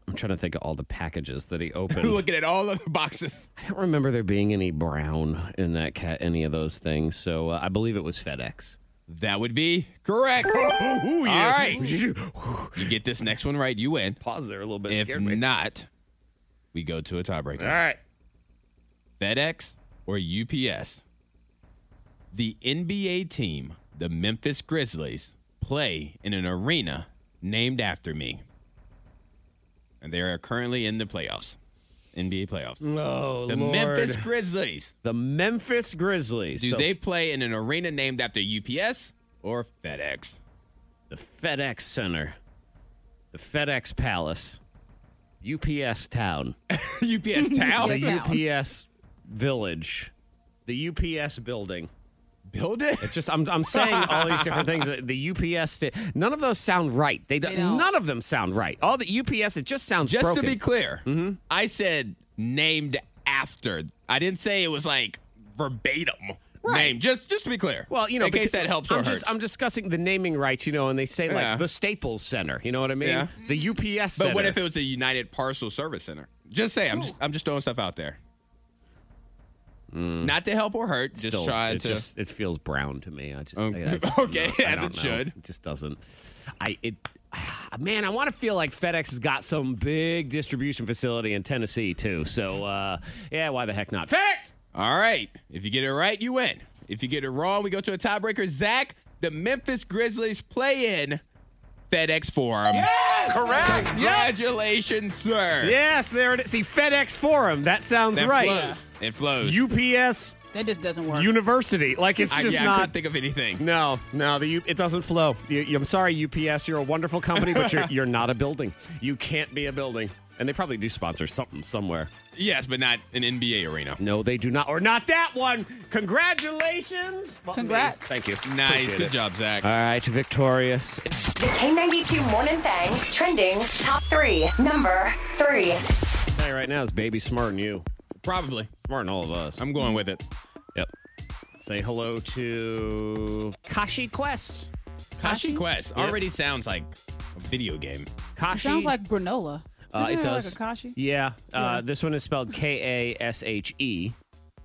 Speaker 1: I'm trying to think of all the packages that he
Speaker 2: *laughs*
Speaker 1: opened.
Speaker 2: looking at all of the boxes.
Speaker 1: I don't remember there being any brown in that cat, any of those things. So uh, I believe it was FedEx.
Speaker 2: That would be correct.
Speaker 1: *gasps* Ooh,
Speaker 2: All right, you get this next one right, you win.
Speaker 1: Pause there a little bit.
Speaker 2: If not, we go to a tiebreaker.
Speaker 1: all right.
Speaker 2: FedEx or UPS. The NBA team, the Memphis Grizzlies, play in an arena named after me. And they are currently in the playoffs. NBA playoffs.
Speaker 1: Oh,
Speaker 2: the
Speaker 1: Lord.
Speaker 2: Memphis Grizzlies.
Speaker 1: the Memphis Grizzlies.
Speaker 2: Do
Speaker 1: So
Speaker 2: they play in an arena named after UPS or FedEx? *laughs*
Speaker 1: the FedEx Center, the FedEx Palace, UPS Town, *laughs*
Speaker 2: UPS Town
Speaker 3: Yes. Town.
Speaker 1: the UPS Village, the UPS Building.
Speaker 2: build it.
Speaker 1: It's just I'm I'm saying all these different things.
Speaker 2: *laughs*
Speaker 1: The UPS, sta- none of those sound right. They, don't,
Speaker 3: don't.
Speaker 1: none of them sound right. All the UPS, it just sounds
Speaker 2: Just
Speaker 1: broken. Mm-hmm.
Speaker 2: to be clear, I said named after. I didn't say it was like verbatim name. Just just to be clear.
Speaker 1: Well, you know,
Speaker 2: in
Speaker 1: because
Speaker 2: case that helps
Speaker 1: I'm
Speaker 2: or
Speaker 1: just
Speaker 2: hurts.
Speaker 1: I'm discussing the naming rights, you know, and they say
Speaker 2: Yeah.
Speaker 1: like the Staples Center. You know what I mean?
Speaker 2: Yeah.
Speaker 1: The UPS.
Speaker 2: but
Speaker 1: Center.
Speaker 2: what if it was a United Parcel Service Center? Just say I'm just I'm just throwing stuff out there. Not to help or hurt, just
Speaker 1: Mm. Still,
Speaker 2: trying
Speaker 1: it
Speaker 2: to.
Speaker 1: just it feels brown to me. I just
Speaker 2: Okay.
Speaker 1: I- I
Speaker 2: *laughs*
Speaker 1: just don't
Speaker 2: Okay,
Speaker 1: know. I
Speaker 2: as
Speaker 1: don't
Speaker 2: it
Speaker 1: know.
Speaker 2: should.
Speaker 1: It just doesn't. I it. *sighs* Man, I want to feel like FedEx has got some big distribution facility in Tennessee too. So uh, yeah, why the heck not? FedEx.
Speaker 2: All right. If you get it right, you win. If you get it wrong, we go to a tiebreaker. Zach, the Memphis Grizzlies play in FedEx Forum. Correct. Congratulations, sir.
Speaker 1: Yes, there it is. See FedEx Forum. That sounds
Speaker 2: That
Speaker 1: right.
Speaker 2: flows. It flows.
Speaker 1: UPS
Speaker 3: *laughs* That just doesn't work.
Speaker 1: University. Like it's
Speaker 2: I,
Speaker 1: just
Speaker 2: yeah, I
Speaker 1: not.
Speaker 2: couldn't think of anything.
Speaker 1: No, no, the U- it doesn't flow. You, you- I'm sorry, UPS. You're a wonderful company, but
Speaker 2: *laughs*
Speaker 1: you're you're not a building. You can't be a building. And they probably do sponsor something somewhere.
Speaker 2: Yes, but not an NBA arena.
Speaker 1: No, they do not, or not that one. Congratulations. Well,
Speaker 3: Congrats.
Speaker 1: me. Thank you. Appreciate
Speaker 2: Nice. Good
Speaker 1: it. Uh,
Speaker 2: job, Zach.
Speaker 1: All right, victorious.
Speaker 4: The K92 Morning Thang trending top three. Number three.
Speaker 1: Tell you right now, this baby smarting you,
Speaker 2: Probably.
Speaker 1: smarting all of us.
Speaker 2: I'm going with it.
Speaker 1: Yep. Say hello to Kashi Quest.
Speaker 2: Kashi Quest already sounds like a video game.
Speaker 1: Kashi
Speaker 3: Sounds like granola.
Speaker 1: Uh,
Speaker 3: Isn't
Speaker 1: it
Speaker 3: like
Speaker 1: does.
Speaker 3: a kashi? *laughs*
Speaker 1: Yeah. Uh, this one is spelled K A S H E.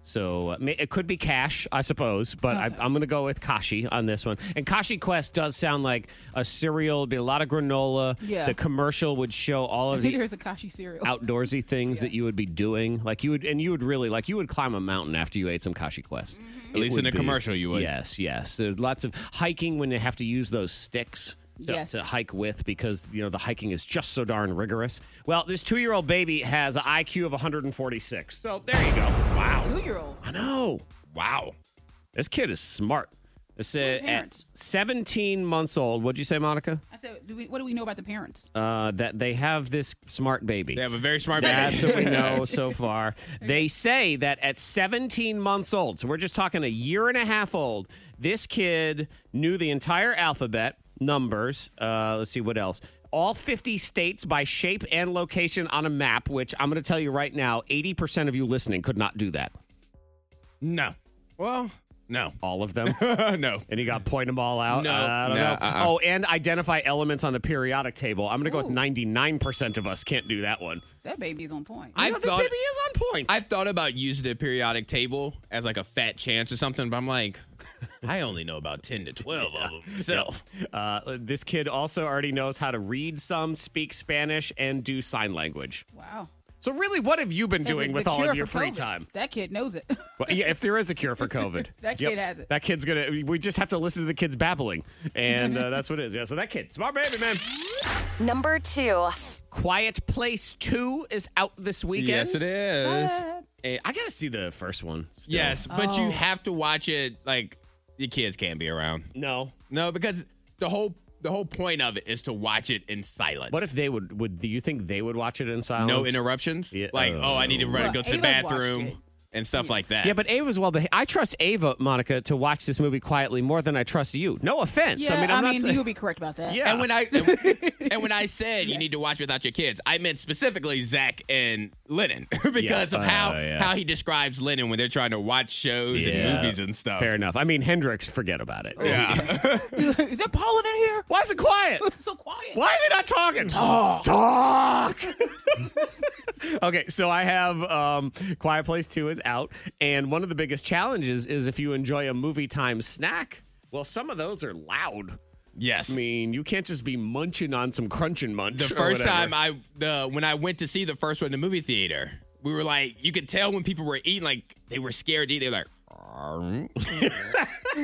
Speaker 1: So uh, ma- it could be cash, I suppose, but I, I'm going to go with Kashi on this one. And Kashi Quest does sound like a cereal. It'd be a lot of granola.
Speaker 3: Yeah.
Speaker 1: The commercial would show all
Speaker 3: I
Speaker 1: of
Speaker 3: think
Speaker 1: the
Speaker 3: there's a kashi
Speaker 1: *laughs*
Speaker 3: cereal.
Speaker 1: outdoorsy things that you would be doing. Like you would, and you would really like you would climb a mountain after you ate some Kashi Quest.
Speaker 3: Mm-hmm.
Speaker 1: At
Speaker 2: least in a commercial you would.
Speaker 1: Yes, yes. There's lots of hiking when they have to use those sticks. To,
Speaker 3: Yes.
Speaker 1: to hike with because you know the hiking is just so darn rigorous. Well, this two-year-old baby has an IQ of 146. So there you go. Wow.
Speaker 3: Two year old.
Speaker 1: I know.
Speaker 2: Wow.
Speaker 1: This kid is smart. It said at
Speaker 3: parents.
Speaker 1: 17 months old. What'd you say, Monica?
Speaker 3: I said, do we, what do we know about the parents?
Speaker 1: Uh, that they have this smart baby.
Speaker 2: They have a very smart
Speaker 1: That's
Speaker 2: baby.
Speaker 1: what we know so far. They say that at 17 months old, so we're just talking a year and a half old, this kid knew the entire alphabet, numbers. Uh, let's see what else. All 50 states by shape and location on a map, which I'm going to tell you right now, 80% of you listening could not do that.
Speaker 2: *laughs* no. Well, no. *laughs*
Speaker 1: All of them.
Speaker 2: no.
Speaker 1: And he got point them all out.
Speaker 2: No,
Speaker 1: I don't
Speaker 2: no,
Speaker 1: know.
Speaker 2: uh-uh.
Speaker 1: Oh, and identify elements on the periodic table. I'm going to go with 99% of us can't do that one.
Speaker 3: That baby's on point.
Speaker 2: I
Speaker 1: You know, this
Speaker 2: thought-
Speaker 1: baby is on point.
Speaker 2: I've thought about using the periodic table as like a fat chance or something, but I'm like, *laughs* I only know about 10 to 12 of them myself.
Speaker 1: *laughs* Uh, this kid also already knows how to read some, speak Spanish, and do sign language.
Speaker 3: wow.
Speaker 1: So, really, what have you been
Speaker 3: That's
Speaker 1: doing
Speaker 3: like
Speaker 1: with
Speaker 3: the
Speaker 1: all
Speaker 3: cure
Speaker 1: of your
Speaker 3: for
Speaker 1: free
Speaker 3: COVID.
Speaker 1: time?
Speaker 3: That kid knows it.
Speaker 1: Well, yeah, if there is a cure for COVID,
Speaker 3: *laughs* That kid has it.
Speaker 1: That kid's gonna. We just have to listen to the kids babbling, and uh, that's what it is. Yeah. So that kid, smart baby, man.
Speaker 4: Number two.
Speaker 1: Quiet Place Two is out this weekend.
Speaker 2: Yes, it is.
Speaker 1: Eh, I gotta see the first one. still.
Speaker 2: Yes, but
Speaker 3: Oh.
Speaker 2: you have to watch it. Like your kids can't be around.
Speaker 1: No.
Speaker 2: No, because the whole the whole point of it is to watch it in silence.
Speaker 1: What if they would? Would do you think they would watch it in silence?
Speaker 2: no interruptions?
Speaker 1: Yeah,
Speaker 2: Like, oh, I need to run
Speaker 3: Well,
Speaker 2: go to the
Speaker 3: Ava's watched it.
Speaker 2: bathroom and stuff like that.
Speaker 1: Yeah, but Ava's well behaved. I trust Ava, Monica, to watch this movie quietly more than I trust you. No offense.
Speaker 3: *laughs* yeah,
Speaker 1: I mean, I'm not saying.
Speaker 3: you'll be correct about
Speaker 1: *laughs*
Speaker 3: that.
Speaker 1: yeah.
Speaker 2: and when I
Speaker 1: *laughs*
Speaker 2: and, when I said you need to watch without your kids, I meant specifically Zach and Lennon *laughs* because
Speaker 1: Yeah.
Speaker 2: of how
Speaker 1: Oh, yeah.
Speaker 2: how he describes Lennon when they're trying to watch shows
Speaker 1: Yeah.
Speaker 2: and movies and stuff.
Speaker 1: Fair enough. I mean, Hendrix, forget about it.
Speaker 2: Yeah.
Speaker 3: *laughs*
Speaker 2: *laughs*
Speaker 3: Is there pollen in here?
Speaker 1: *laughs* Why is it *laughs* quiet?
Speaker 3: It's so quiet.
Speaker 1: Why are they not talking? Talk. Talk. *laughs* okay, so I have um, Quiet Place 2 is out. And one of the biggest challenges is if you enjoy a movie time snack, well, some of those are loud.
Speaker 2: yes.
Speaker 1: I mean, you can't just be munching on some crunchin' munch.
Speaker 2: The
Speaker 1: or
Speaker 2: first
Speaker 1: whatever.
Speaker 2: time I the when I went to see the first one in the movie theater, we were like, you could tell when people were eating, like they were scared to eat. They were like, *laughs*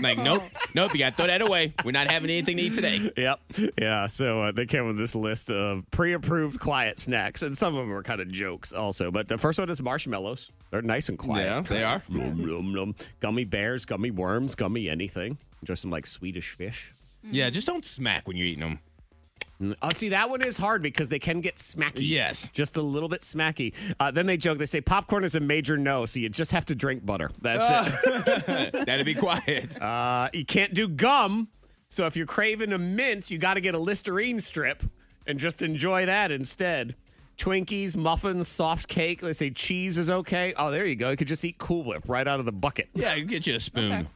Speaker 2: like, nope, nope, you got to throw that away. We're not having anything to eat today.
Speaker 1: Yep. Yeah. So uh, they came with this list of pre approved quiet snacks, and some of them are kind of jokes also. But the first one is marshmallows. They're nice and quiet.
Speaker 2: Yeah, they are.
Speaker 1: Nom, nom, nom. Gummy bears, gummy worms, gummy anything. Just some like Swedish fish.
Speaker 2: Yeah, just don't smack when you're eating them.
Speaker 1: Oh, see, that one is hard because they can get smacky.
Speaker 2: Yes.
Speaker 1: Just a little bit smacky. Uh, then they joke, they say popcorn is a major no, so you just have to drink butter. That's
Speaker 2: Ah.
Speaker 1: it.
Speaker 2: That'd be *laughs* quiet.
Speaker 1: Uh, you can't do gum. So if you're craving a mint, you got to get a Listerine strip and just enjoy that instead. Twinkies, muffins, soft cake. Let's say cheese is okay. Oh, there you go. You could just eat Cool Whip right out of the bucket
Speaker 2: yeah, you get you a spoon.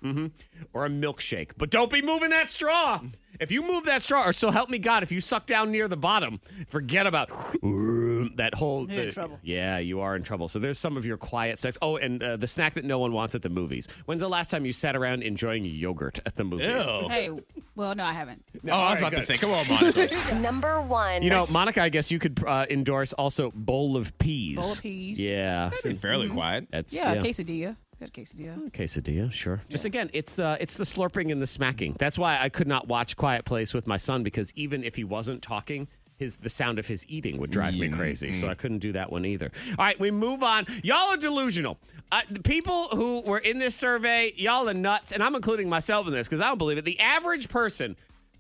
Speaker 1: or a milkshake. But don't be moving that straw. If you move that straw, or so help me God, if you suck down near the bottom, forget about *sniffs* that whole.
Speaker 3: You're in
Speaker 1: the-
Speaker 3: trouble.
Speaker 1: Yeah, you are in trouble. So there's some of your quiet snacks. Oh, and uh, the snack that no one wants at the movies. When's the last time you sat around enjoying yogurt at the movies?
Speaker 2: Ew.
Speaker 3: Hey, well, no, I haven't.
Speaker 2: oh, I was about to say, come on, Monica.
Speaker 4: Number one.
Speaker 1: You know, Monica, I guess you could uh, endorse also bowl of peas.
Speaker 3: Bowl of peas.
Speaker 1: Yeah.
Speaker 2: Pretty fairly quiet.
Speaker 1: That's
Speaker 3: Yeah, quesadilla. Had
Speaker 1: *laughs*
Speaker 3: a quesadilla.
Speaker 1: quesadilla, sure. Just again, it's uh, it's the slurping and the smacking. That's why I could not watch Quiet Place with my son because even if he wasn't talking, his the sound of his eating would drive me crazy. So I couldn't do that one either. All right, we move on. Y'all are delusional. Uh, the people who were in this survey, y'all are nuts, and I'm including myself in this because I don't believe it. The average person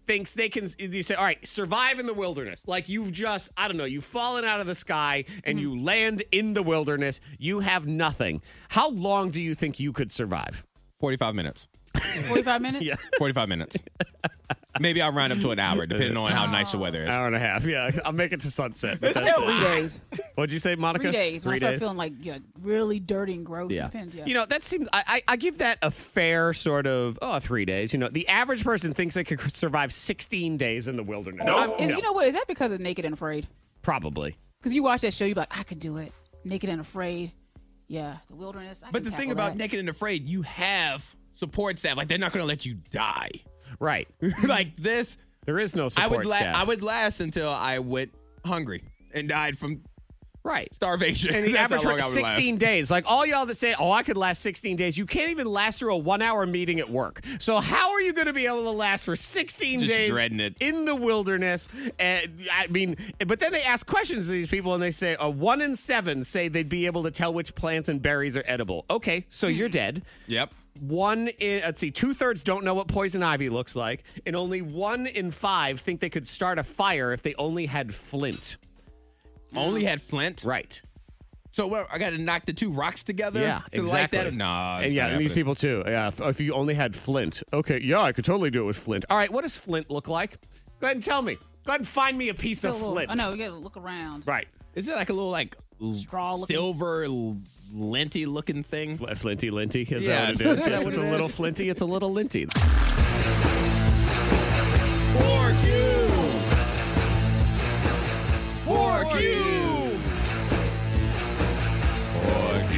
Speaker 1: thinks they can you say all right survive in the wilderness like you've just i don't know you've fallen out of the sky and you land in the wilderness you have nothing how long do you think you could survive
Speaker 2: 45 minutes.
Speaker 3: 45
Speaker 1: *laughs*
Speaker 3: minutes? Yeah.
Speaker 2: 45 minutes. Maybe I'll round up to an hour, depending on how nice the weather is.
Speaker 1: hour and a half yeah i'll make it to sunset but that's
Speaker 3: Three days.
Speaker 1: what'd you say monica
Speaker 3: Three days. When I start feeling like yeah, really dirty and gross.
Speaker 1: yeah.
Speaker 3: Depends, yeah.
Speaker 1: you know that seems I, I I give that a fair sort of oh three days. You know the average person thinks they could survive sixteen days in the wilderness.
Speaker 5: No.
Speaker 1: I'm-
Speaker 3: Is- you know what? Is that because of Naked and Afraid?
Speaker 1: probably.
Speaker 3: Because you watch that show, you're like, I could do it. Naked and Afraid. Yeah, the wilderness. I
Speaker 2: But
Speaker 3: can
Speaker 2: the thing
Speaker 3: tackle
Speaker 2: about
Speaker 3: that.
Speaker 2: Naked and Afraid, you have support staff. Like, they're not going to let you die. *laughs*
Speaker 1: Right,
Speaker 2: like, this,
Speaker 1: there is no
Speaker 2: I
Speaker 1: support
Speaker 2: would, la-
Speaker 1: staff.
Speaker 2: I would last until I went hungry and died from
Speaker 1: right.
Speaker 2: starvation.
Speaker 1: And the
Speaker 2: *laughs* That's how
Speaker 1: average
Speaker 2: long
Speaker 1: work
Speaker 2: I
Speaker 1: is
Speaker 2: would last.
Speaker 1: 16 days. Like all y'all that say, oh, I could last 16 days, you can't even last through a one hour meeting at work. So, how are you going to be able to last for 16
Speaker 2: Just
Speaker 1: days
Speaker 2: dreading it.
Speaker 1: in the wilderness? And, I mean, but then they ask questions to these people and they say, uh, one in seven say they'd be able to tell which plants and berries are edible. Okay, so you're dead.
Speaker 2: Yep.
Speaker 1: One in, let's see, two thirds don't know what poison ivy looks like, and only one in five think they could start a fire if they only had flint.
Speaker 2: Only had Flint.
Speaker 1: Right.
Speaker 2: So what, I got to knock the two rocks together.
Speaker 1: Yeah,
Speaker 2: to light
Speaker 1: exactly.
Speaker 2: that. Nah,
Speaker 1: And
Speaker 2: it's
Speaker 1: yeah,
Speaker 2: not
Speaker 1: and these people
Speaker 2: happening.
Speaker 1: too. Yeah, if, if you only had Flint. Okay, yeah, I could totally do it with Flint. All right, what does Flint look like? Go ahead and tell me. Go ahead and find me a piece
Speaker 3: Still
Speaker 1: of
Speaker 3: a little-
Speaker 1: Flint.
Speaker 3: I know, you gotta look around.
Speaker 1: Right.
Speaker 2: Is it like a little like l-
Speaker 3: Straw looking-
Speaker 2: silver l- linty looking thing?
Speaker 1: Fl- Flinty linty. Is
Speaker 2: Yeah,
Speaker 1: that what it is?
Speaker 2: is *laughs* that
Speaker 1: Yes,
Speaker 2: what
Speaker 1: it's
Speaker 2: it
Speaker 1: a little
Speaker 2: is?
Speaker 1: flinty. It's a little linty.
Speaker 2: Fork you. Fork you. Fork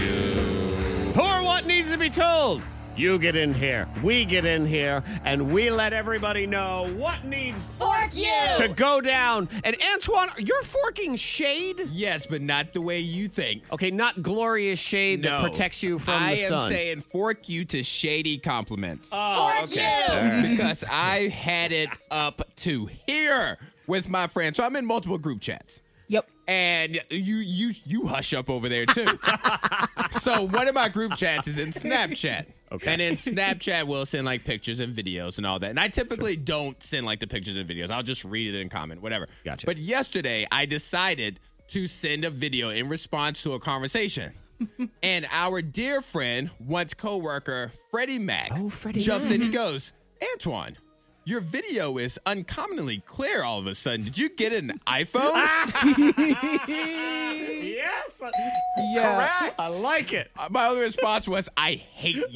Speaker 2: you.
Speaker 1: Or what needs to be told? You get in here. We get in here, and we let everybody know what needs
Speaker 4: Fork you.
Speaker 2: Oh.
Speaker 1: to go down. And Antoine, you're forking shade.
Speaker 2: Yes, but not the way you think.
Speaker 1: Okay, not glorious shade that
Speaker 2: No.
Speaker 1: protects you from
Speaker 2: I
Speaker 1: the
Speaker 2: am
Speaker 1: sun.
Speaker 2: saying fork you to shady compliments.
Speaker 1: oh, okay. All right. *laughs*
Speaker 2: because I had it up to here with my friends. So I'm in multiple group chats.
Speaker 3: Yep.
Speaker 2: and you you you hush up over
Speaker 1: *laughs*
Speaker 2: there too. so one of my group chats is in Snapchat.
Speaker 1: Okay.
Speaker 2: And in Snapchat we'll send like pictures and videos and all that. And I typically don't send like the pictures and videos. I'll just read it and comment, whatever.
Speaker 1: Gotcha.
Speaker 2: But yesterday I decided to send a video in response to a
Speaker 1: *laughs*
Speaker 2: conversation. and our dear friend, once coworker, Freddie Mac
Speaker 1: Oh, Freddie *laughs*
Speaker 2: jumps in, he goes, Antoine. Your video is uncommonly clear all of a sudden. Did you get an
Speaker 1: *laughs*
Speaker 2: iPhone?
Speaker 1: Yes.
Speaker 3: Yeah.
Speaker 2: Correct.
Speaker 1: I like
Speaker 2: *laughs*
Speaker 1: it.
Speaker 2: My other response was, "I hate you,"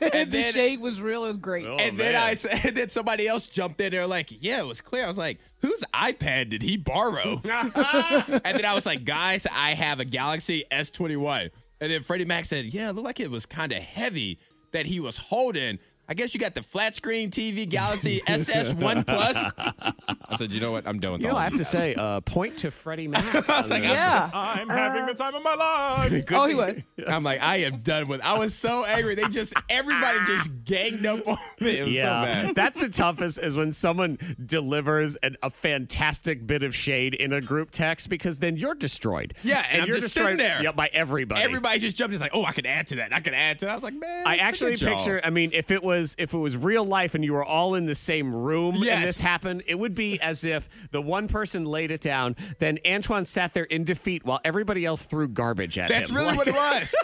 Speaker 2: and
Speaker 3: The
Speaker 2: then
Speaker 3: shade was real. It was great.
Speaker 1: Oh.
Speaker 2: and then
Speaker 1: man.
Speaker 2: I said, and then somebody else jumped in. They're like, "Yeah, it was clear." I was like, "Whose iPad did he borrow?" and then I was like, "Guys, I have a Galaxy S twenty one." And then Freddie Mac said, "Yeah, it looked like it was kind of heavy that he was holding." I guess you got the flat screen TV Galaxy SS one plus. I said, you know what? I'm done with
Speaker 1: You
Speaker 2: all
Speaker 1: know, I have
Speaker 2: of
Speaker 1: to
Speaker 2: this.
Speaker 1: say, uh, point to Freddie
Speaker 2: *laughs*
Speaker 1: Mac. on this.
Speaker 3: Yeah.
Speaker 6: I'm having the time of my life.
Speaker 3: oh, he was.
Speaker 2: I'm like, I am done with. I was so angry. They just everybody just ganged up on me. It was so
Speaker 1: yeah, *laughs*
Speaker 2: bad.
Speaker 1: that's the toughest is when someone delivers an, a fantastic bit of shade in a group text because then you're destroyed.
Speaker 2: Yeah, and I'm
Speaker 1: you're
Speaker 2: just sitting
Speaker 1: destroyed
Speaker 2: there.
Speaker 1: yeah, by everybody.
Speaker 2: Everybody just jumped. It's like, oh, I can add to that. I can add to that. I was like, man.
Speaker 1: I
Speaker 2: look
Speaker 1: actually
Speaker 2: at y'all.
Speaker 1: picture. I mean, if it was if it was real life and you were all in the same room
Speaker 2: Yes.
Speaker 1: and this happened, it would be as if the one person laid it down, then Antoine sat there in defeat while everybody else threw garbage at
Speaker 2: That's
Speaker 1: him.
Speaker 2: really
Speaker 1: Like-
Speaker 2: what it was.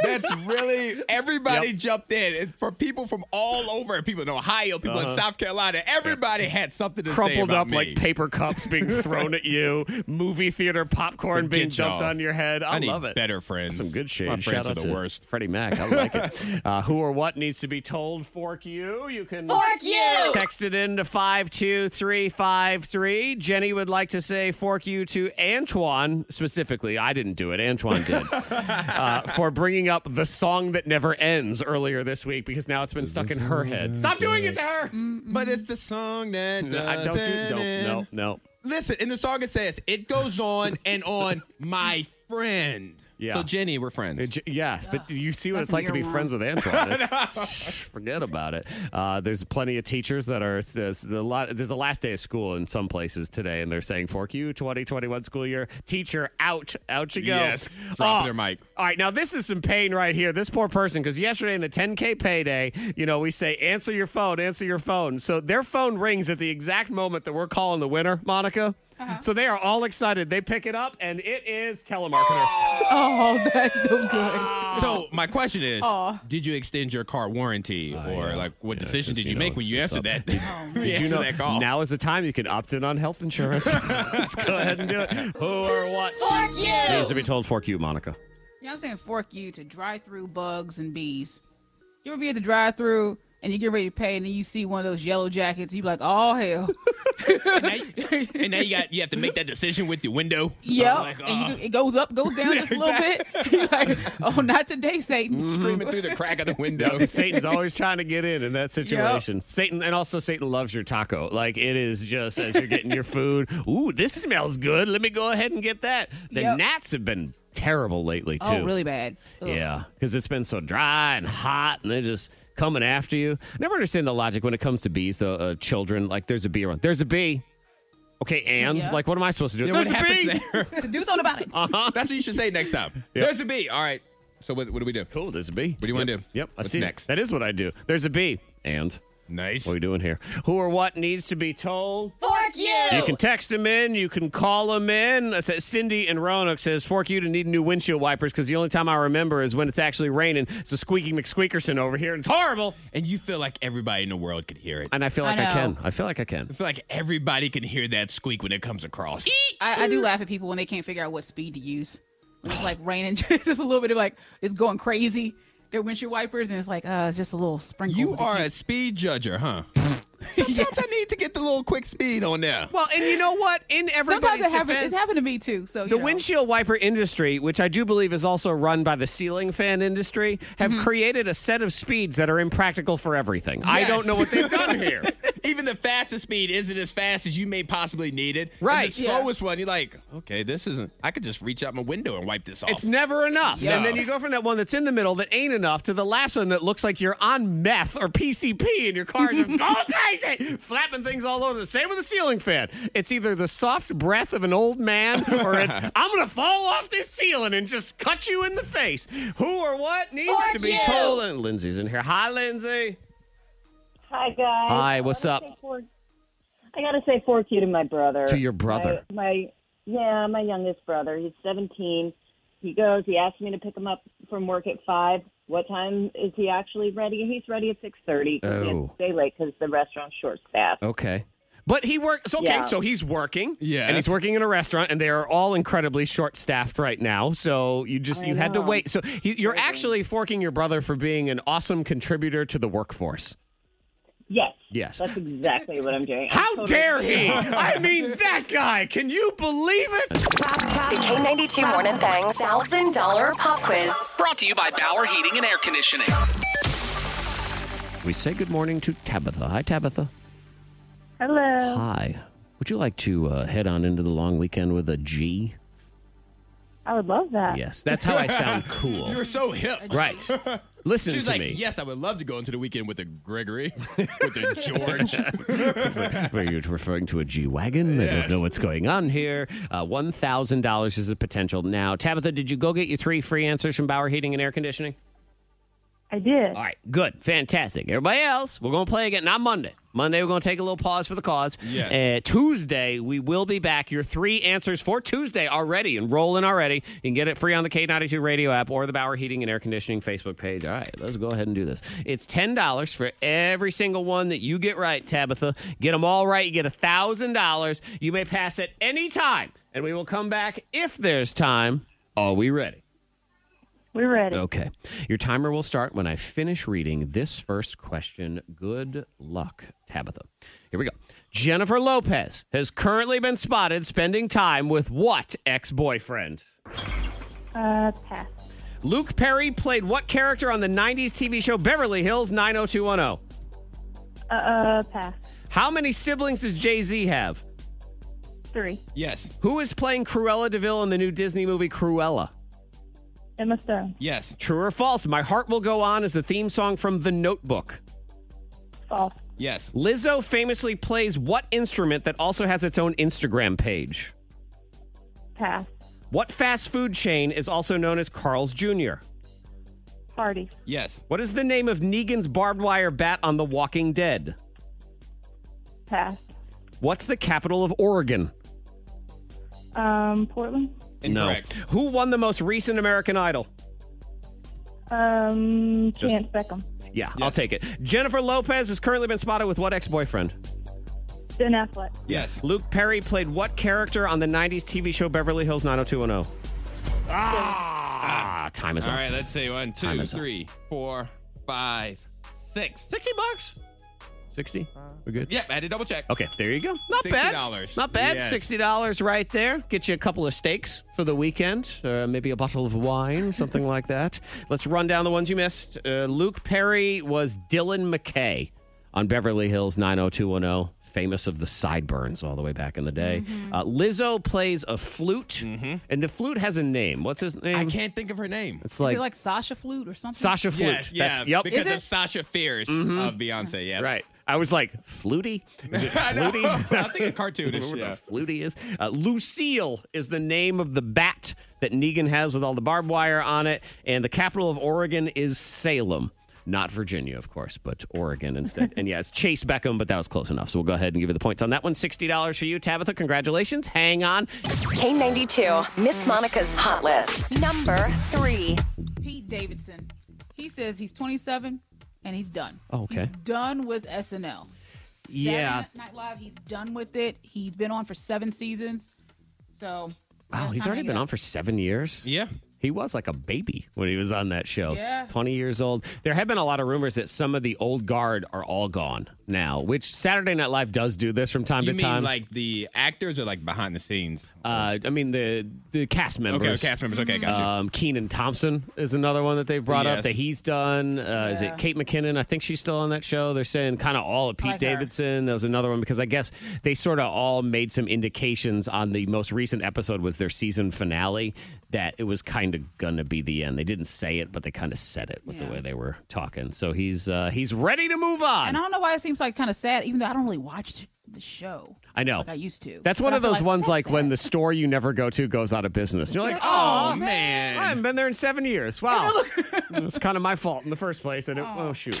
Speaker 2: That's really everybody
Speaker 1: Yep.
Speaker 2: jumped in and for people from all over. People in Ohio, people in South Carolina. Everybody had something to say
Speaker 1: Uh-huh. crumpled
Speaker 2: about
Speaker 1: up
Speaker 2: me.
Speaker 1: like paper cups being thrown at
Speaker 2: *laughs*
Speaker 1: you, movie theater popcorn
Speaker 2: Forget
Speaker 1: being dumped
Speaker 2: y'all.
Speaker 1: on your head. I,
Speaker 2: I need
Speaker 1: love it.
Speaker 2: better friends.
Speaker 1: Some good shit.
Speaker 2: My friends
Speaker 1: Shout
Speaker 2: are
Speaker 1: out
Speaker 2: the
Speaker 1: to
Speaker 2: worst.
Speaker 1: Freddie Mac. I like it.
Speaker 2: *laughs*
Speaker 1: Uh, who or what needs to be told? Fork you. You can
Speaker 4: Fork you!
Speaker 1: text it in to five two three five three. Jenny would like to say fork you to Antoine specifically. I didn't do it. Antoine
Speaker 2: *laughs*
Speaker 1: did uh, for bringing up the song that never ends earlier this week because now it's been stuck in her head. Stop doing it to her.
Speaker 2: But it's the song that
Speaker 1: No, I don't do.
Speaker 2: doesn't
Speaker 1: No, no,
Speaker 2: end.
Speaker 1: no.
Speaker 2: Listen, in the song it says it goes
Speaker 1: *laughs*
Speaker 2: on and on, my friend.
Speaker 1: Yeah.
Speaker 2: So Jenny, we're friends.
Speaker 1: J- Yeah, but you see what
Speaker 3: That's
Speaker 1: it's like to be
Speaker 3: year one.
Speaker 1: friends with Antoine. It's- Forget about it. Uh, there's plenty of teachers that are there's a lot. There's a last day of school in some places today, and they're saying "fork you" 2021 school year. Teacher out, out you go. Uh,
Speaker 2: Yes, drop their mic.
Speaker 1: All right, now this is some pain right here. This poor person, because yesterday in the 10K payday, you know, we say, answer your phone, answer your phone. So their phone rings at the exact moment that we're calling the winner, Monica. So they are all excited. They pick it up, and it is telemarketer.
Speaker 3: Oh, *laughs* that's so good.
Speaker 2: So my question is,
Speaker 3: Aw.
Speaker 2: did you extend your car warranty,
Speaker 1: uh,
Speaker 2: or like what decision
Speaker 1: 'cause
Speaker 2: did
Speaker 1: you
Speaker 2: you,
Speaker 1: know
Speaker 2: make when
Speaker 1: it's-
Speaker 2: you
Speaker 1: it's
Speaker 2: answered
Speaker 1: up.
Speaker 2: that?
Speaker 3: Oh,
Speaker 2: when
Speaker 1: *laughs* Did you
Speaker 2: answered
Speaker 1: know
Speaker 2: that call?
Speaker 1: now is the time you can opt in on health *laughs* insurance? Let's go ahead and do it. Who or what
Speaker 4: Fork you!
Speaker 1: needs to be told? Fork you, Monica.
Speaker 3: You know what I'm saying? Fork you to drive through bugs and bees. You ever be at the drive through and you get ready to pay and then you see one of those yellow jackets, you be like, oh,
Speaker 2: *laughs*
Speaker 3: hell.
Speaker 2: Now you- and now you got you have to make that decision with your window.
Speaker 3: Yep.
Speaker 2: I'm like, "Ah." uh,
Speaker 3: and you,
Speaker 2: "Ugh,"
Speaker 3: it goes up, goes down just a
Speaker 2: *laughs*
Speaker 3: little bit. *laughs* You're like, oh, not today, Satan.
Speaker 2: screaming through the
Speaker 1: *laughs*
Speaker 2: crack of the window.
Speaker 1: Satan's always trying to get in in that situation. Satan, and also Satan loves your taco. Like it is just as you're getting your food. Ooh, this smells good. Let me go ahead and get that. The
Speaker 3: Yep.
Speaker 1: gnats have been terrible lately too.
Speaker 3: Oh, really bad. Ugh.
Speaker 1: Yeah, because it's been so dry and hot, and they're just coming after you. I never understand the logic when it comes to bees, though. Uh, children, like, there's a bee around. There's a bee. Okay, and
Speaker 3: Yeah.
Speaker 1: like, what am I supposed to do?
Speaker 2: Yeah, *laughs* what
Speaker 1: there's a bee.
Speaker 2: happens there? *laughs*
Speaker 3: Do something about it.
Speaker 2: That's what you should say next time. There's a bee. All right. So what, what do we do?
Speaker 1: *laughs* Cool, there's a bee. What
Speaker 2: do you wanna do?
Speaker 1: Yep, I
Speaker 2: What's
Speaker 1: see.
Speaker 2: next?
Speaker 1: That is what I do. There's a bee, and
Speaker 2: Nice.
Speaker 1: what are we doing here? Who or what needs to be told?
Speaker 4: Fork you!
Speaker 1: You
Speaker 3: Oh.
Speaker 1: can text them in. You can call them in. I said- Cindy and Roanoke says, "Fork you to need new windshield wipers because the only time I remember is when it's actually raining." So squeaky McSqueakerson over here, and it's horrible.
Speaker 2: And you feel like everybody in the world could hear it. I
Speaker 1: And I feel
Speaker 3: I
Speaker 1: like I,
Speaker 3: know.
Speaker 1: can. I feel like I can.
Speaker 2: feel like everybody can hear that squeak when it
Speaker 1: *laughs*
Speaker 2: comes across.
Speaker 3: I,
Speaker 1: Mm.
Speaker 3: I do laugh at people when they can't figure out what speed to use. When it's like raining *laughs* just a little bit, of like it's going crazy. Their windshield wipers, and it's like uh, it's just a little sprinkle.
Speaker 2: You
Speaker 3: but they
Speaker 2: are
Speaker 3: can't-
Speaker 2: a speed judger, huh? *laughs* Sometimes
Speaker 1: *laughs*
Speaker 2: I need to get the little quick speed on there.
Speaker 1: Well, and you know what? In everybody's
Speaker 3: sometimes it happens.
Speaker 1: defense,
Speaker 3: It's happened to me too. So you
Speaker 1: the
Speaker 3: know.
Speaker 1: windshield wiper industry, which I do believe is also run by the ceiling fan industry, have
Speaker 3: Mm-hmm.
Speaker 1: created a set of speeds that are impractical for everything. I
Speaker 2: Yes.
Speaker 1: don't know what they've done
Speaker 3: *laughs*
Speaker 1: here.
Speaker 2: Even the fastest speed isn't as fast as you may possibly need it. And
Speaker 1: Right.
Speaker 2: the
Speaker 3: Yeah.
Speaker 2: slowest one, you're like, okay, this isn't. I could just reach out my window and wipe this off.
Speaker 1: It's never enough.
Speaker 2: Yeah.
Speaker 1: And then you go from that one that's in the middle that ain't enough to the last one that looks like you're on meth or PCP and your car is just going crazy, flapping things all over. The same with the ceiling fan. It's either the soft breath of an old man or it's I'm gonna fall off this ceiling and just cut you in the face. Who or what needs
Speaker 4: Fork
Speaker 1: to be
Speaker 4: you.
Speaker 1: told? And Lindsay's in here. Hi, Lindsay.
Speaker 7: Hi guys.
Speaker 1: Hi,
Speaker 7: I
Speaker 1: what's
Speaker 7: wanna
Speaker 1: up?
Speaker 7: say fork- I gotta say fork you to my brother.
Speaker 1: To your brother.
Speaker 7: My, my yeah, my youngest brother. He's seventeen. He goes. He asked me to pick him up from work at five. What time is he actually ready? He's ready at six thirty. He has
Speaker 1: Oh.
Speaker 7: to stay late because the restaurant's short staffed.
Speaker 1: Okay. But he works okay,
Speaker 7: Yeah.
Speaker 1: so he's working.
Speaker 2: Yes.
Speaker 1: And he's working in a restaurant and they are all incredibly short staffed right now. So you just you had to
Speaker 7: know.
Speaker 1: wait. So he, you're actually forking your brother for being an awesome contributor to the workforce.
Speaker 7: Yes.
Speaker 1: Yes.
Speaker 7: That's exactly what I'm doing. I'm
Speaker 1: How
Speaker 7: totally-
Speaker 1: dare
Speaker 7: *laughs*
Speaker 1: he? I mean that guy. Can you believe it?
Speaker 4: The K92 Morning Thang's $1,000 pop quiz.
Speaker 8: Brought to you by Bauer Heating and Air Conditioning.
Speaker 1: We say good morning to Tabitha. Hi Tabitha.
Speaker 7: Hello.
Speaker 1: Hi. Would you like to uh, head on into the long weekend with a G?
Speaker 7: I would love that.
Speaker 1: Yes, that's how I sound
Speaker 7: *laughs*
Speaker 1: cool.
Speaker 2: You're so hip.
Speaker 1: right. Listen
Speaker 2: She was
Speaker 1: to
Speaker 2: like,
Speaker 1: me.
Speaker 2: yes, I would love to go into the weekend with
Speaker 1: *laughs*
Speaker 2: a Gregory, with a George.
Speaker 1: Were you referring to a G wagon? I don't know what's going on here. Uh, One thousand dollars is the potential now. Tabitha, did you go get your three free answers from Bauer Heating and Air Conditioning?
Speaker 7: I did.
Speaker 1: All right, good, fantastic. Everybody else, we're going to play again, not Monday. Monday, we're going to take a little pause for the cause.
Speaker 2: Yes.
Speaker 1: Uh, Tuesday, we will be back. Your three answers for Tuesday already and rolling already. You can get it free on the K92 radio app or the Bauer Heating and Air Conditioning Facebook page. All right, let's go ahead and do this. It's $10 for every single one that you get right, Tabitha. Get them all right. You get $1,000. You may pass at any time, and we will come back if there's time. Are we ready?
Speaker 7: We're ready.
Speaker 1: Okay. Your timer will start when I finish reading this first question. Good luck, Tabitha. Here we go. Jennifer Lopez has currently been spotted spending time with what ex boyfriend?
Speaker 7: Uh, pass.
Speaker 1: Luke Perry played what character on the 90s TV show Beverly Hills 90210?
Speaker 7: Uh, uh, pass.
Speaker 1: How many siblings does Jay Z have?
Speaker 7: Three.
Speaker 2: yes,
Speaker 1: Who is playing Cruella DeVille in the new Disney movie Cruella?
Speaker 7: Emma Stone.
Speaker 2: yes,
Speaker 1: True or false? My Heart Will Go On is the theme song from The Notebook.
Speaker 7: False.
Speaker 2: yes,
Speaker 1: Lizzo famously plays what instrument that also has its own Instagram page?
Speaker 7: Pass.
Speaker 1: What fast food chain is also known as Carl's Jr.?
Speaker 7: Party.
Speaker 2: yes,
Speaker 1: What is the name of Negan's barbed wire bat on The Walking Dead?
Speaker 7: Pass.
Speaker 1: What's the capital of Oregon?
Speaker 7: Um, Portland.
Speaker 2: incorrect.
Speaker 1: No. Who won the most recent American Idol?
Speaker 7: Um, Chance Beckham.
Speaker 1: Yeah, I'll take it. Jennifer Lopez has currently been spotted with what ex boyfriend?
Speaker 7: Ben Affleck.
Speaker 2: Yes,
Speaker 1: Luke Perry played what character on the 90s TV show Beverly Hills 90210? Ah, time is
Speaker 2: All
Speaker 1: up.
Speaker 2: right, let's say one,
Speaker 1: Time
Speaker 2: two,
Speaker 1: is up.
Speaker 2: three, four, five, six.
Speaker 1: 60 bucks? 60? We're good?
Speaker 2: Yep, I had to double check.
Speaker 1: Okay, there you go. Not bad.
Speaker 2: $60.
Speaker 1: Not bad.
Speaker 2: Yes.
Speaker 1: Sixty dollars right there. Get you a couple of steaks for the weekend, or maybe a bottle of wine, *laughs* something like that. Let's run down the ones you missed. Uh, Luke Perry was Dylan McKay on Beverly Hills 90210, famous of the sideburns all the way back in the day.
Speaker 2: Mm-hmm.
Speaker 1: Uh, Lizzo plays a flute, and the flute has a name. What's his name?
Speaker 2: I can't think of her name.
Speaker 1: It's
Speaker 3: Is
Speaker 1: like,
Speaker 3: it like Sasha Flute or something?
Speaker 1: Sasha Flute.
Speaker 2: Yes, yeah,
Speaker 1: That's, yep.
Speaker 2: because
Speaker 3: Is
Speaker 2: of
Speaker 3: it?
Speaker 2: Sasha Fierce of Beyonce. *laughs* Yeah,
Speaker 1: right. I was like, Flutie? Is it
Speaker 2: *laughs* I know.
Speaker 1: Flutie?
Speaker 2: I was
Speaker 1: *laughs*
Speaker 2: thinking cartoonish.
Speaker 1: yeah.
Speaker 2: yeah.
Speaker 1: Flutie is. Uh, Lucille is the name of the bat that Negan has with all the barbed wire on it. And the capital of Oregon is Salem. Not Virginia, of course, but Oregon instead. and yeah, it's Chase Beckham, but that was close enough. So we'll go ahead and give you the points on that one. $60 for you, Tabitha. Congratulations. Hang on.
Speaker 4: K92, Miss Monica's Hot List. Number three.
Speaker 3: Pete Davidson. He says he's 27 and he's done.
Speaker 1: Oh, okay.
Speaker 3: He's done with SNL.
Speaker 1: Yeah.
Speaker 3: Saturday Night Live. He's done with it. He's been on for seven seasons. So.
Speaker 1: Wow,
Speaker 3: that's
Speaker 1: he's
Speaker 3: not
Speaker 1: already
Speaker 3: hanging
Speaker 1: been
Speaker 3: up.
Speaker 1: on for seven years.
Speaker 2: Yeah.
Speaker 1: He was like a baby when he was on that show.
Speaker 3: Yeah.
Speaker 1: 20 years old. There have been a lot of rumors that some of the old guard are all gone now, which Saturday Night Live does do this from time
Speaker 2: You
Speaker 1: to
Speaker 2: mean
Speaker 1: time.
Speaker 2: like the actors or like behind the scenes?
Speaker 1: Uh, I mean the the cast members.
Speaker 2: Okay, cast members. Okay, gotcha.
Speaker 1: Um, Keenan Thompson is another one that they've brought up
Speaker 2: Yes.
Speaker 1: that he's done. Uh, Is it Kate McKinnon? I think she's still on that show. They're saying kind of all of Pete
Speaker 3: Oh, like her.
Speaker 1: Davidson. That was another one because I guess they sort of all made some indications on the most recent episode was their season finale that it was kind of gonna be the end. They didn't say it, but they kind of said it with the
Speaker 3: Yeah.
Speaker 1: way they were talking. So he's uh, he's ready to move on.
Speaker 3: And I don't know why it seems like kind of sad, even though I don't really watch the show.
Speaker 1: I know.
Speaker 3: Like I used to.
Speaker 1: That's
Speaker 3: But
Speaker 1: one
Speaker 3: I
Speaker 1: of
Speaker 3: feel
Speaker 1: those ones
Speaker 3: that's
Speaker 1: like when
Speaker 3: sad.
Speaker 1: the store you never go to goes out of business. You're like, oh,
Speaker 2: oh man.
Speaker 1: I haven't been there in seven years. Wow. *laughs* it's kind of my fault in the first place. And it, oh. shoot.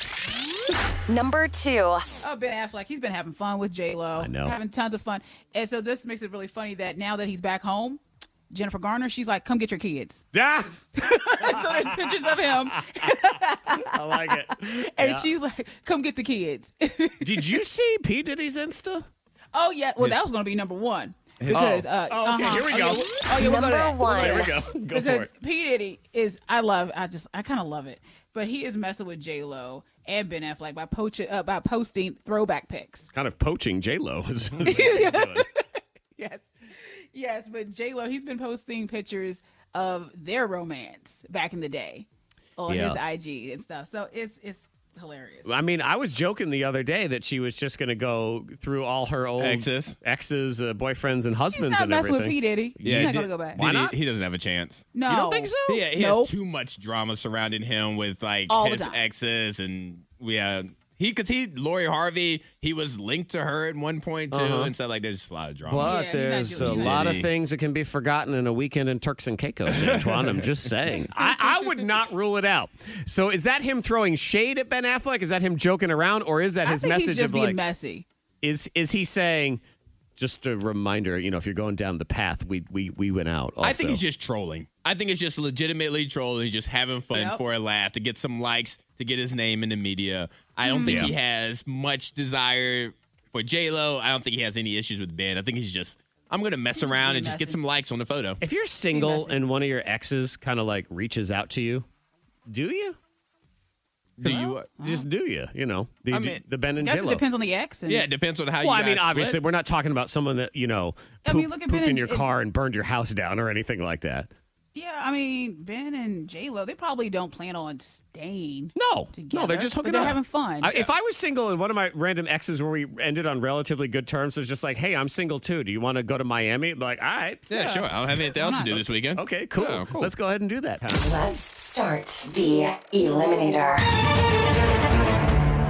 Speaker 1: *laughs*
Speaker 4: Number two.
Speaker 3: Oh, Ben Affleck, he's been having fun with J Lo. I
Speaker 1: know.
Speaker 3: having tons of fun, and so this makes it really funny that now that he's back home, Jennifer Garner, she's like, "Come get your kids." *laughs*
Speaker 1: Ah,
Speaker 3: And so there's pictures of him,
Speaker 1: I like
Speaker 3: *laughs*
Speaker 1: it.
Speaker 3: and she's like, "Come get the kids." *laughs*
Speaker 1: Did you see P. Diddy's Insta?
Speaker 3: oh yeah, well that was gonna be number one because uh,
Speaker 1: Oh, okay,
Speaker 3: uh-huh.
Speaker 1: here we
Speaker 3: Oh,
Speaker 1: go.
Speaker 3: yeah, we'll- oh yeah, we'll go to
Speaker 4: Number
Speaker 3: that.
Speaker 4: one.
Speaker 1: There we go. Go
Speaker 3: *laughs*
Speaker 1: for
Speaker 3: because
Speaker 1: it.
Speaker 3: P Diddy is I love I just I kind of love it, but he is messing with J Lo and Ben Affleck by poach, uh, by posting throwback pics.
Speaker 1: Kind of poaching J-Lo. is-
Speaker 3: *laughs* Yes, yes, but J Lo he's been posting pictures of their romance back in the day on
Speaker 1: Yeah.
Speaker 3: his IG and stuff. So it's it's hilarious.
Speaker 1: *laughs* I mean, I was joking the other day that she was just going to go through all her old
Speaker 2: Exes.
Speaker 1: exes, uh, boyfriends, and husbands.
Speaker 3: She's not
Speaker 1: and
Speaker 3: messing with P
Speaker 1: everything.
Speaker 3: Diddy.
Speaker 2: Yeah,
Speaker 3: She's not
Speaker 2: did-
Speaker 3: gonna go back.
Speaker 1: Why
Speaker 2: Did he-
Speaker 1: not?
Speaker 2: He, doesn't have a chance.
Speaker 3: No,
Speaker 1: You don't think so?
Speaker 2: Yeah, he
Speaker 3: Nope.
Speaker 2: has too much drama surrounding him with like
Speaker 3: All the
Speaker 2: his
Speaker 3: time.
Speaker 2: exes and yeah. He, cause he, Lori Harvey, he was linked to her at one point too, and so like there's just a lot of drama.
Speaker 3: Yeah,
Speaker 1: Uh-huh. But
Speaker 3: he's not
Speaker 1: there's
Speaker 3: doing
Speaker 1: a
Speaker 3: that.
Speaker 1: lot of
Speaker 2: Diddy.
Speaker 1: things that can be forgotten in a weekend in Turks and Caicos, Antoine. I'm just saying. *laughs* I, I would not rule it out. So is that him throwing shade at Ben Affleck? Is that him joking around? Or is that
Speaker 3: I
Speaker 1: his
Speaker 3: think
Speaker 1: message
Speaker 3: he's just
Speaker 1: of
Speaker 3: being
Speaker 1: like,
Speaker 3: messy.
Speaker 1: is, is he saying, just a reminder, you know, if you're going down the path, we, we, we went out. Also.
Speaker 2: I think he's just trolling. I think it's just legitimately trolling. He's just having fun
Speaker 3: Yep.
Speaker 2: for a laugh to get some likes to get his name in the media. I don't
Speaker 1: Mm.
Speaker 2: think he has much desire for J Lo. I don't think he has any issues with Ben. I think he's just I'm gonna mess
Speaker 3: just
Speaker 2: around
Speaker 3: being
Speaker 2: and just get
Speaker 3: messy.
Speaker 2: some likes on the photo.
Speaker 1: If you're single
Speaker 3: messy.
Speaker 1: and one of your exes kind of like reaches out to you, do you?
Speaker 2: Do you?
Speaker 1: Just do you? You know, the,
Speaker 2: I mean-
Speaker 1: the Ben
Speaker 3: I
Speaker 1: and
Speaker 3: guess it
Speaker 1: Jillo.
Speaker 3: depends on the ex. And
Speaker 2: Yeah, it depends on how you.
Speaker 1: Well, I
Speaker 2: guys
Speaker 1: mean,
Speaker 2: split.
Speaker 1: obviously, we're not talking about someone that you know
Speaker 3: I
Speaker 1: poop,
Speaker 3: mean, look at Ben
Speaker 1: pooped in
Speaker 3: and-
Speaker 1: your
Speaker 3: and-
Speaker 1: car and burned your house down or anything like that.
Speaker 3: Yeah, I mean Ben and J Lo, they probably don't plan on staying.
Speaker 1: No, no,
Speaker 3: Together,
Speaker 1: they're just
Speaker 3: but
Speaker 1: hooking
Speaker 3: they're
Speaker 1: up.
Speaker 3: having fun.
Speaker 1: I, If I was single and one of my random exes where we ended on relatively good terms was just like, "Hey, I'm single too. Do you want to go to Miami?" I'd be like, all right,
Speaker 2: Yeah, sure. I don't have anything else to do this weekend.
Speaker 1: okay, cool.
Speaker 2: Yeah,
Speaker 1: Let's go ahead and do that. Huh?
Speaker 4: Let's start the eliminator.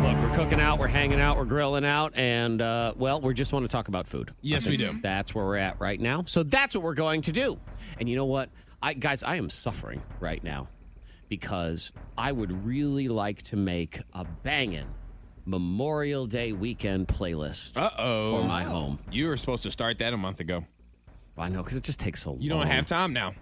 Speaker 1: Look, we're cooking out, we're hanging out, we're grilling out, and uh, well, we just want to talk about food.
Speaker 2: Yes,
Speaker 1: I
Speaker 2: we
Speaker 1: think
Speaker 2: do.
Speaker 1: That's where we're at right now. So that's what we're going to do. And you know what, I guys, I am suffering right now because I would really like to make a banging Memorial Day weekend playlist
Speaker 2: Uh
Speaker 1: for
Speaker 2: oh.
Speaker 1: my home.
Speaker 2: You were supposed to start that a month ago.
Speaker 1: I know because it just takes so long.
Speaker 2: You don't have time now.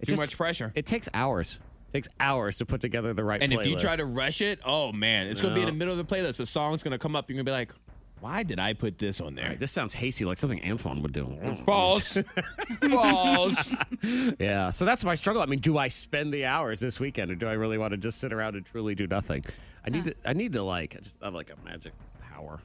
Speaker 1: It
Speaker 2: Too
Speaker 1: just-
Speaker 2: much pressure.
Speaker 1: It takes hours. It takes hours to put together the right.
Speaker 2: And if you
Speaker 1: playlist.
Speaker 2: try to rush it, oh man, it's gonna be in the middle of the playlist. The song's gonna come up. You're gonna be like, "Why did I put this on there?"
Speaker 1: this sounds hasty, like something Antoine would do.
Speaker 3: *laughs*
Speaker 2: False, false.
Speaker 1: Yeah, so that's my struggle. I mean, do I spend the hours this weekend, or do I really want to just sit around and truly do nothing? I need to. I need to like. I just have like a magic power.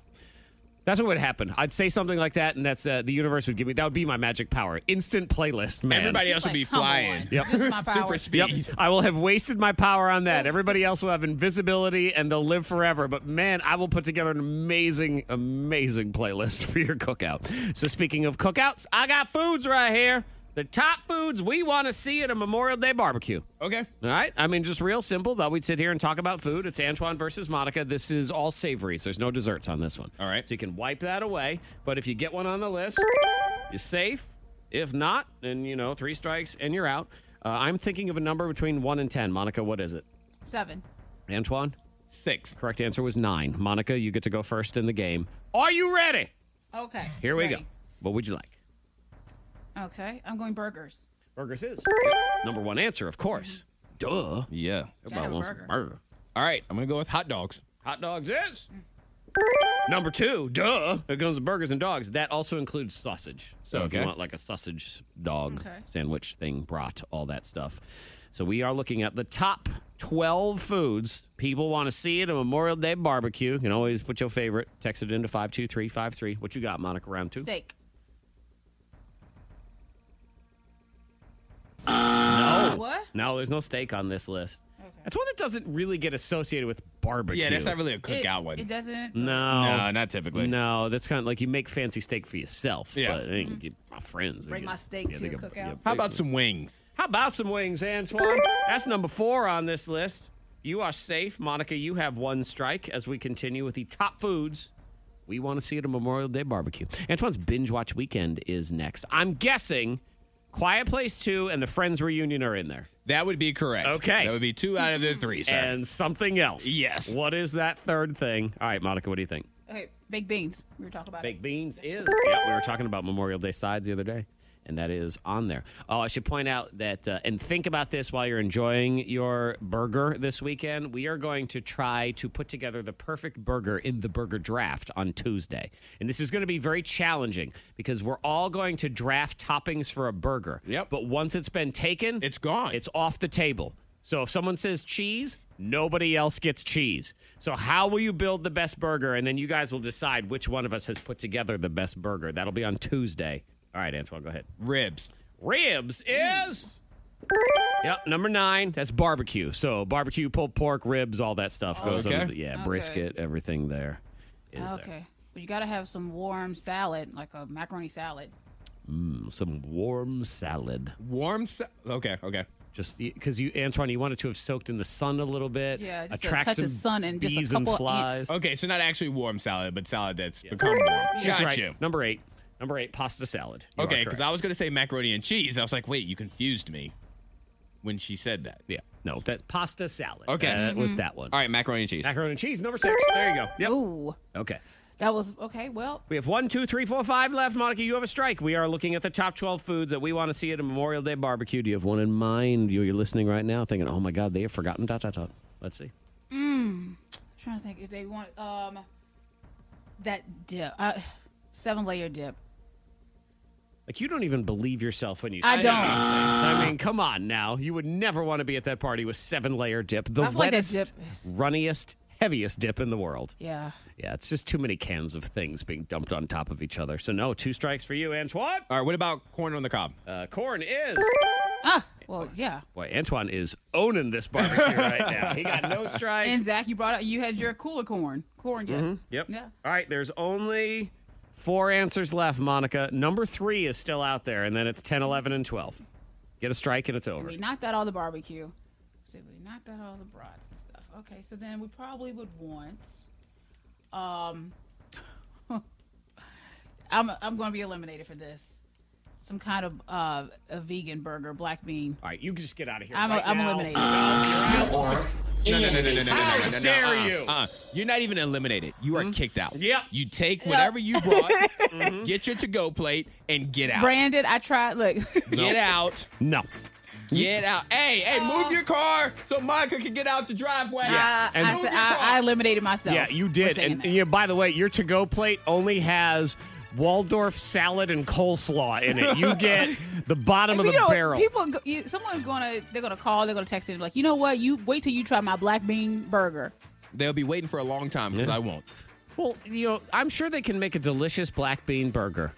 Speaker 1: That's what would happen. I'd say something like that, and that's uh, the universe would give me. That would be my magic power. Instant playlist, man.
Speaker 2: Everybody else
Speaker 3: Like,
Speaker 2: would be
Speaker 3: come
Speaker 2: flying.
Speaker 3: on.
Speaker 1: *laughs*
Speaker 3: This is my power.
Speaker 2: Super
Speaker 1: Yep.
Speaker 2: speed.
Speaker 1: I will have wasted my power on that. Everybody else will have invisibility and they'll live forever. But man, I will put together an amazing, amazing playlist *laughs* for your cookout. So speaking of cookouts, I got foods right here. The top foods we want to see at a Memorial Day barbecue.
Speaker 2: Okay.
Speaker 1: All right. I mean, just real simple. Thought we'd sit here and talk about food. It's Antoine versus Monica. This is all savories. There's no desserts on this one.
Speaker 2: All right.
Speaker 1: So you can wipe that away. But if you get one on the list, you're safe. If not, then, you know, three strikes and you're out. Uh, I'm thinking of a number between one and 10. Monica, what is it?
Speaker 3: Seven.
Speaker 1: Antoine?
Speaker 2: Six.
Speaker 1: Correct answer was nine. Monica, you get to go first in the game. Are you ready?
Speaker 3: Okay.
Speaker 1: Here we go.
Speaker 3: ready.
Speaker 1: What would you like?
Speaker 3: Okay, I'm going burgers.
Speaker 1: Burgers is. Number one answer, of course. Duh.
Speaker 2: Yeah.
Speaker 1: Everybody
Speaker 3: a
Speaker 1: wants a
Speaker 3: burger.
Speaker 1: burger.
Speaker 2: All right. I'm gonna go with hot dogs.
Speaker 1: Hot dogs is. Number two, duh. Here comes the burgers and dogs. That also includes sausage. So if you
Speaker 2: Okay.
Speaker 1: want like a sausage dog
Speaker 3: Okay.
Speaker 1: sandwich thing, brat, all that stuff. So we are looking at the top 12 foods people want to see at a Memorial Day barbecue. You can always put your favorite. Text it into 52353. What you got, Monica, round two?
Speaker 3: Steak.
Speaker 1: No.
Speaker 3: What?
Speaker 1: No, there's no steak on this list. That's one that doesn't really get associated with barbecue.
Speaker 2: Yeah, that's not really a
Speaker 3: It-
Speaker 2: cookout one.
Speaker 3: It doesn't.
Speaker 1: No.
Speaker 2: No, not typically.
Speaker 1: No, that's kind of like you make fancy steak for yourself.
Speaker 2: Yeah.
Speaker 1: But I ain't get my friends.
Speaker 3: Mm-hmm. Bring
Speaker 1: Yeah,
Speaker 3: my steak to
Speaker 1: they
Speaker 3: a
Speaker 1: can-
Speaker 3: cookout.
Speaker 2: How about some wings?
Speaker 1: How about some wings, Antoine? That's number four on this list. You are safe. Monica, you have one strike as we continue with the top foods we want to see at a Memorial Day barbecue. Antoine's binge watch weekend is next. I'm guessing Quiet Place 2 and the Friends Reunion are in there.
Speaker 2: That would be correct.
Speaker 1: Okay.
Speaker 2: That would be two out of the three, sir.
Speaker 1: And something else.
Speaker 2: Yes.
Speaker 1: What is that third thing? All right, Monica, what do you think?
Speaker 3: Okay, baked beans. We were talking about
Speaker 1: Baked
Speaker 3: it.
Speaker 1: beans is. Yeah, we were talking about Memorial Day sides the other day, and that is on there. Oh, I should point out that, uh, and think about this while you're enjoying your burger this weekend. We are going to try to put together the perfect burger in the burger draft on Tuesday. And this is going to be very challenging because we're all going to draft toppings for a burger.
Speaker 2: Yep.
Speaker 1: But once it's been taken,
Speaker 2: It's gone.
Speaker 1: It's off the table. So if someone says cheese, nobody else gets cheese. So how will you build the best burger? And then you guys will decide which one of us has put together the best burger. That'll be on Tuesday. All right, Antoine, go ahead.
Speaker 2: Ribs.
Speaker 1: Ribs is Yep, number nine. That's barbecue. So barbecue, pulled pork, ribs, all that stuff goes
Speaker 2: Okay.
Speaker 1: over. The, yeah,
Speaker 3: Okay.
Speaker 1: brisket, everything there is
Speaker 3: Okay. Well, you got to have some warm salad, like a macaroni salad.
Speaker 1: there. Some warm salad.
Speaker 2: Warm. Sa- okay. Okay.
Speaker 1: Just because you, Antoine, you wanted to have soaked in the sun a little bit.
Speaker 3: Yeah, just a
Speaker 1: attract
Speaker 3: touch
Speaker 1: some
Speaker 3: of sun and just a
Speaker 1: bees
Speaker 3: couple
Speaker 1: and
Speaker 3: of
Speaker 1: flies.
Speaker 3: ants.
Speaker 2: Okay. So not actually warm salad, but salad that's become warm.
Speaker 1: She's
Speaker 2: Got
Speaker 1: right.
Speaker 2: you.
Speaker 1: Number eight. Number eight, pasta salad. You are
Speaker 2: Okay, because
Speaker 1: correct.
Speaker 2: I was going to say macaroni and cheese. I was like, wait, you confused me when she said that.
Speaker 1: Yeah. No, that's pasta salad.
Speaker 2: Okay.
Speaker 1: That
Speaker 3: Mm-hmm.
Speaker 1: was that one.
Speaker 2: All right, macaroni and cheese.
Speaker 1: Macaroni and cheese, number six. There you go. Yep.
Speaker 3: Ooh,
Speaker 1: Okay.
Speaker 3: that was okay. Well,
Speaker 1: We have one, two, three, four, five left. Monica, you have a strike. We are looking at the top 12 foods that we want to see at a Memorial Day barbecue. Do you have one in mind? You- You're listening right now thinking, oh my God, they have forgotten. Dot, dot, dot. Let's see.
Speaker 3: trying to think if they want um that dip, uh, seven layer dip.
Speaker 1: Like, you don't even believe yourself when you
Speaker 3: I
Speaker 1: say
Speaker 3: don't.
Speaker 1: these things. I mean, come on now. You would never want to be at that party with seven layer dip, the
Speaker 3: I feel like that
Speaker 1: wettest,
Speaker 3: dip is-
Speaker 1: runniest, heaviest dip in the world.
Speaker 3: Yeah.
Speaker 1: Yeah, it's just too many cans of things being dumped on top of each other. So, no, two strikes for you, Antoine.
Speaker 2: All right, what about corn on the cob?
Speaker 1: Uh, corn is.
Speaker 3: Well, yeah.
Speaker 1: Boy, Antoine is owning this barbecue right now. He got
Speaker 3: *laughs*
Speaker 1: no strikes.
Speaker 3: And Zach, you brought up you had your cooler corn, corn dip.
Speaker 1: Yep.
Speaker 3: Yeah.
Speaker 1: All right, there's only four answers left, Monica. Number three is still out there, and then it's 10, 11, and 12. Get a strike and it's over.
Speaker 3: We knocked out all the barbecue. So we knocked out all the brats and stuff. Okay, so then we probably would want. Um, *laughs* I'm I'm going to be eliminated for this. Some kind of uh, a vegan burger, black bean.
Speaker 1: All right, you can just get out of here.
Speaker 3: I'm
Speaker 1: right
Speaker 3: I'm
Speaker 1: now.
Speaker 3: eliminated.
Speaker 2: No, no, no, no, no, no, no, no, no, no.
Speaker 1: dare
Speaker 2: uh-uh,
Speaker 1: you. Mm-hmm.
Speaker 2: Uh, you're not even eliminated. You are kicked out.
Speaker 1: Yep.
Speaker 2: You take whatever you brought,
Speaker 1: *laughs* Mm-hmm.
Speaker 2: get your to-go plate, and get out.
Speaker 3: Branded, I tried. Look, *laughs*
Speaker 2: Get out.
Speaker 1: No.
Speaker 2: Get out. Hey, hey,
Speaker 1: Oh.
Speaker 2: move your car so Monica can get out the driveway.
Speaker 3: I,
Speaker 1: and-
Speaker 3: I, said- I, I eliminated myself.
Speaker 1: Yeah, you
Speaker 3: for
Speaker 1: did.
Speaker 3: saying
Speaker 1: And
Speaker 3: that.
Speaker 1: yeah, by the way, your to go plate only has Waldorf salad and coleslaw in it.
Speaker 3: *laughs*
Speaker 1: You get the bottom
Speaker 3: And
Speaker 1: of the
Speaker 3: you know,
Speaker 1: barrel.
Speaker 3: people, go- you- someone's gonna, they're gonna call, they're gonna text it, like, you know what? You wait till you try my black bean burger.
Speaker 2: They'll be waiting for a long time because I won't.
Speaker 1: Well, you know, I'm sure they can make a delicious black bean burger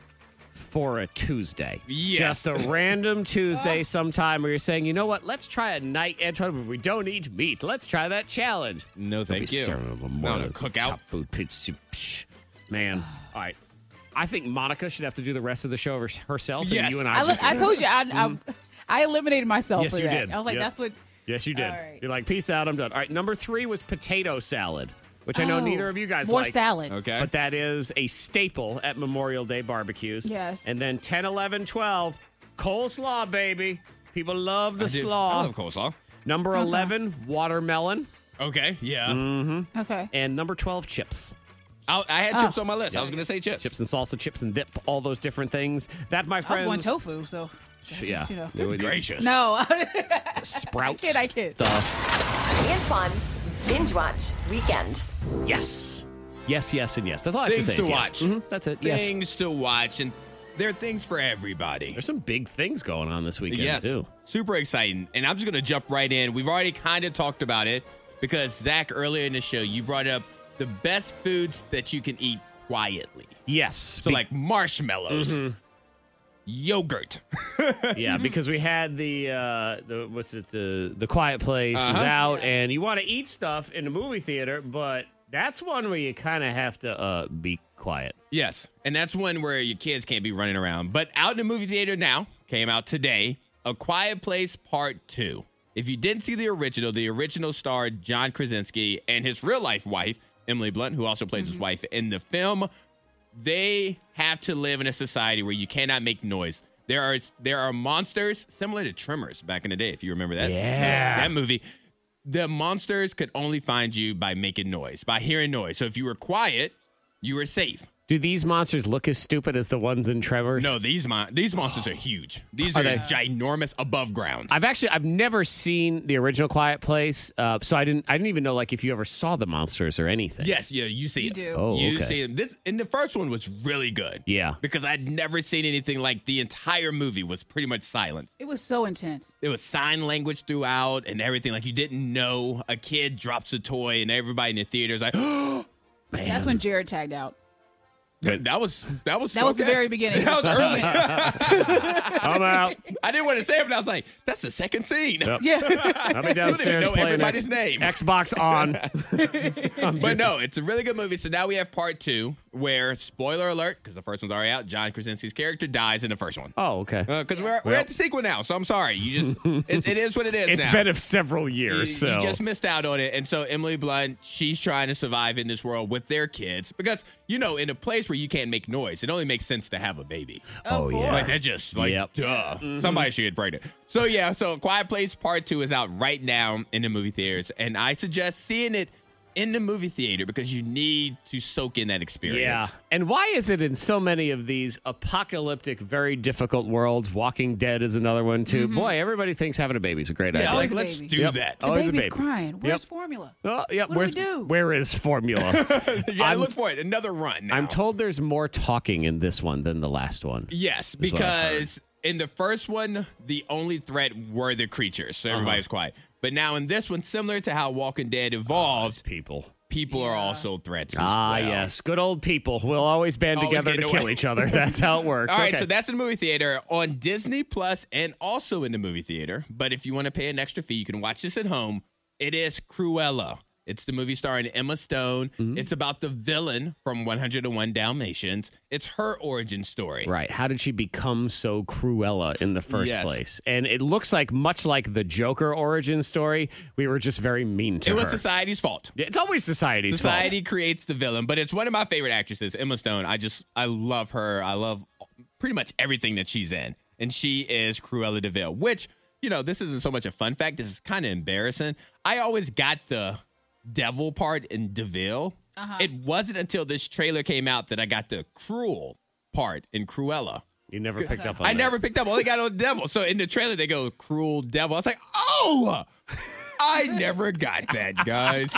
Speaker 1: for a Tuesday.
Speaker 2: Yes.
Speaker 1: Just a random Tuesday sometime where you're saying, you know what, let's try a night, Antoine, where we don't eat meat. Let's try that challenge.
Speaker 2: No,
Speaker 1: They'll be
Speaker 2: thank you.
Speaker 1: serving them
Speaker 2: no,
Speaker 1: more
Speaker 2: no, cookout.
Speaker 1: top food, pizza, psh. Man. All right. I think Monica should have to do the rest of the show hers- herself,
Speaker 2: Yes.
Speaker 1: and you and I,
Speaker 3: I,
Speaker 1: just Mm-hmm.
Speaker 3: look, I told you, I, I, I eliminated myself
Speaker 1: Yes,
Speaker 3: for
Speaker 1: you
Speaker 3: that.
Speaker 1: did.
Speaker 3: I was like,
Speaker 1: Yep.
Speaker 3: that's what.
Speaker 1: Yes, you did.
Speaker 3: All right.
Speaker 1: You're like, peace out, I'm done. All right, number three was potato salad, which I know
Speaker 3: Oh,
Speaker 1: neither of you guys
Speaker 3: more
Speaker 1: like.
Speaker 3: salads.
Speaker 2: Okay.
Speaker 1: But that is a staple at Memorial Day barbecues.
Speaker 3: Yes.
Speaker 1: And then 10, 11, 12, coleslaw, baby. People love the
Speaker 2: I do.
Speaker 1: slaw.
Speaker 2: I love coleslaw. Uh-huh.
Speaker 1: number 11, watermelon.
Speaker 2: Okay, yeah.
Speaker 1: Mm.
Speaker 3: Okay.
Speaker 1: And number 12, chips.
Speaker 2: I, I had chips on my list. I was going to say chips.
Speaker 1: Ah. Chips and salsa, chips and dip, all those different things. That, my
Speaker 3: I was
Speaker 1: friends.
Speaker 3: going tofu, so.
Speaker 1: Yeah.
Speaker 3: You know.
Speaker 1: Good
Speaker 2: Gracious.
Speaker 3: No, *laughs*
Speaker 1: Sprouts.
Speaker 3: I kid, I kid.
Speaker 1: Stuff.
Speaker 4: Antoine's Binge Watch Weekend.
Speaker 1: Yes. Yes, yes, and yes. That's all I have
Speaker 2: Things
Speaker 1: to say.
Speaker 2: to
Speaker 1: is yes.
Speaker 2: watch.
Speaker 1: Mhm, That's it. Yes.
Speaker 2: Things to watch, and there are things for everybody.
Speaker 1: There's some big things going on this weekend,
Speaker 2: Yes.
Speaker 1: too.
Speaker 2: Super exciting. And I'm just going to jump right in. We've already kind of talked about it because, Zach, earlier in the show, you brought up the best foods that you can eat quietly.
Speaker 1: Yes.
Speaker 2: So, like marshmallows, yogurt.
Speaker 1: Yeah,
Speaker 2: Mm-hmm.
Speaker 1: because we had the uh, the what's it the the Quiet Place is
Speaker 2: Uh-huh.
Speaker 1: out, and you want to eat stuff in the movie theater, but that's one where you kind of have to uh, be quiet.
Speaker 2: Yes. And that's one where your kids can't be running around. But out in the movie theater now, came out today, A Quiet Place Part 2. If you didn't see the original, the original starred John Krasinski and his real life wife, Emily Blunt, who also plays his wife in the film. They have to live in a society where you cannot make noise. There are there are monsters similar to Tremors back in the day, if you remember that.
Speaker 1: Yeah.
Speaker 2: That movie. The monsters could only find you by making noise, by hearing noise. So if you were quiet, you were safe.
Speaker 1: Do these monsters look as stupid as the ones in Trevor's?
Speaker 2: No, these mon- these monsters are huge. These are,
Speaker 1: Are they?
Speaker 2: ginormous above ground.
Speaker 1: I've actually I've never seen the original Quiet Place, uh, so I didn't I didn't even know like if you ever saw the monsters or anything.
Speaker 2: yes, yeah, you see
Speaker 3: You
Speaker 2: it.
Speaker 3: do.
Speaker 1: Oh,
Speaker 2: you
Speaker 1: okay.
Speaker 2: see it. This and the first one was really good.
Speaker 1: Yeah.
Speaker 2: Because I'd never seen anything like the entire movie was pretty much silent.
Speaker 3: It was so intense.
Speaker 2: It was sign language throughout and everything. Like you didn't know a kid drops a toy and everybody in the theater is like, *gasps*
Speaker 1: Man.
Speaker 3: That's when Jared tagged out.
Speaker 1: But
Speaker 2: That was that was
Speaker 3: That was the
Speaker 2: okay.
Speaker 3: very beginning.
Speaker 2: *laughs*
Speaker 1: *laughs*
Speaker 2: That was early.
Speaker 1: I'm
Speaker 2: *laughs*
Speaker 1: out.
Speaker 2: I didn't want to say it, but I was like, "That's the second scene."
Speaker 3: *laughs*
Speaker 1: *laughs*
Speaker 3: yeah.
Speaker 1: I'll be downstairs
Speaker 2: know
Speaker 1: playing
Speaker 2: everybody's
Speaker 1: X-
Speaker 2: name.
Speaker 1: Xbox
Speaker 2: *laughs*
Speaker 1: on.
Speaker 2: But no, it's a really good movie. So now we have part two, where spoiler alert, because the first one's already out. John Krasinski's character dies in the first one.
Speaker 1: Oh, okay.
Speaker 2: Because we're, we're at the sequel now, so I'm sorry. You
Speaker 1: *laughs*
Speaker 2: just it, it is what it is.
Speaker 1: It's
Speaker 2: now.
Speaker 1: been a several
Speaker 2: You,
Speaker 1: years, so
Speaker 2: you just missed out on it. And so Emily Blunt, she's trying to survive in this world with their kids because you know, in a place where you can't make noise, it only makes sense to have a baby.
Speaker 1: oh yeah.
Speaker 2: Like that just like
Speaker 1: Yep. Mm-hmm.
Speaker 2: duh. Somebody should get pregnant. So yeah, so Quiet Place Part Two is out right now in the movie theaters, and I suggest seeing it in the movie theater because you need to soak in that experience.
Speaker 1: Yeah. And why is it in so many of these apocalyptic, very difficult worlds? Walking Dead is another one, too. Boy, everybody thinks having a baby's a great
Speaker 2: Mm-hmm. Yeah,
Speaker 1: idea.
Speaker 2: like
Speaker 3: Always a
Speaker 2: let's
Speaker 3: baby.
Speaker 2: do
Speaker 1: Yep.
Speaker 2: *laughs* that.
Speaker 1: Oh,
Speaker 3: The
Speaker 1: Always a
Speaker 3: baby's
Speaker 1: baby.
Speaker 3: crying. Where's
Speaker 1: Yep.
Speaker 3: formula?
Speaker 1: Oh, yeah.
Speaker 3: What do we
Speaker 1: where's,
Speaker 3: do?
Speaker 1: Where is
Speaker 2: *laughs*
Speaker 1: formula?
Speaker 2: You gotta
Speaker 1: I'm-
Speaker 2: look for it. Another run. Now.
Speaker 1: I'm told there's more talking in this one than the last one.
Speaker 2: Yes,
Speaker 1: what I've heard.
Speaker 2: because in the first one, the only threat were the creatures, so
Speaker 1: Uh-huh.
Speaker 2: everybody was quiet. But now in this one, similar to how Walking Dead evolved,
Speaker 1: People.
Speaker 2: people are also threats. as
Speaker 1: Ah,
Speaker 2: well.
Speaker 1: yes. Good old people. We'll always band
Speaker 2: Always
Speaker 1: together to
Speaker 2: getting
Speaker 1: kill
Speaker 2: away.
Speaker 1: each other. That's how
Speaker 2: *laughs*
Speaker 1: it works.
Speaker 2: All right,
Speaker 1: Okay.
Speaker 2: so that's in the movie theater on Disney Plus and also in the movie theater. But if you want to pay an extra fee, you can watch this at home. It is Cruella. It's the movie starring Emma Stone.
Speaker 1: Mm-hmm.
Speaker 2: It's about the villain from 101 Dalmatians. It's her origin story.
Speaker 1: Right. How did she become so Cruella in the first
Speaker 2: Yes.
Speaker 1: place? And it looks like, much like the Joker origin story, we were just very mean to
Speaker 2: It was
Speaker 1: her.
Speaker 2: society's fault.
Speaker 1: Yeah, it's always society's
Speaker 2: Society creates the villain, but it's one of my favorite actresses, Emma Stone. I just I love her. I love pretty much everything that she's in, and she is Cruella Deville. Which you know, this isn't so much a fun fact. This is kind of embarrassing. I always got the devil part in Deville. It wasn't until this trailer came out that I got the cruel part in Cruella.
Speaker 1: fault. You never picked up on
Speaker 2: I
Speaker 1: that.
Speaker 2: never picked up. Only got on devil. So in the trailer they go cruel devil. I was like, oh, *laughs* I never got that, guys.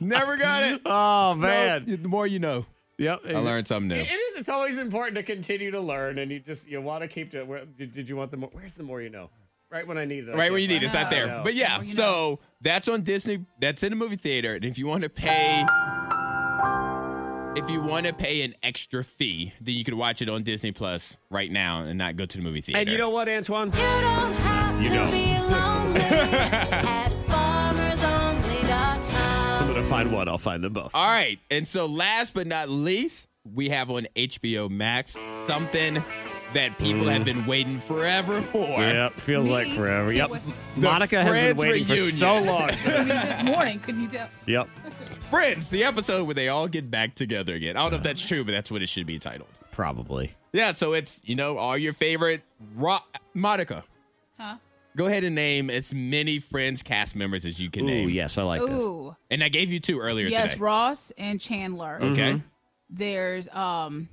Speaker 2: never got it.
Speaker 1: Oh,
Speaker 2: No,
Speaker 1: man.
Speaker 2: y- the more you know.
Speaker 1: Yep.
Speaker 2: I learned something new.
Speaker 1: It is. It's always important to continue to learn, and you just you want to keep to. Where, did, did you want the more? Where's the more you know? Right when I need it. I
Speaker 2: Right
Speaker 1: can't
Speaker 2: when you need
Speaker 1: find
Speaker 2: it, it's not there.
Speaker 1: know.
Speaker 2: But yeah,
Speaker 3: you
Speaker 2: so that's on Disney. That's in a movie theater, and if you want to pay, if you want to pay an extra fee, then you can watch it on Disney Plus right now and not go to the movie theater.
Speaker 1: And you know what, Antoine?
Speaker 9: You don't have
Speaker 1: You
Speaker 9: to
Speaker 1: don't.
Speaker 9: be
Speaker 1: *laughs*
Speaker 9: lonely at farmersonly.com.
Speaker 1: I'm gonna find one. I'll find them both.
Speaker 2: All right, and so last but not least, we have on HBO Max something that people have been waiting forever for.
Speaker 1: Yep. Feels
Speaker 3: Me?
Speaker 1: like forever. Yep.
Speaker 3: The
Speaker 1: Monica has been
Speaker 2: Friends
Speaker 1: waiting for
Speaker 2: reunion.
Speaker 1: so
Speaker 2: *laughs*
Speaker 1: long.
Speaker 3: It was this morning. Couldn't you tell?
Speaker 1: yep.
Speaker 2: Friends, the episode where they all get back together again. I don't know if that's true, but that's what it should be titled.
Speaker 1: Probably.
Speaker 2: Yeah, so it's you know all your favorite ro- Monica.
Speaker 3: Huh?
Speaker 2: Go ahead and name as many Friends cast members as you can
Speaker 1: Ooh,
Speaker 2: name.
Speaker 1: yes, I like this.
Speaker 3: Ooh.
Speaker 2: And I gave you two earlier
Speaker 3: Yes,
Speaker 2: today.
Speaker 3: Ross and Chandler.
Speaker 2: Okay.
Speaker 3: There's um,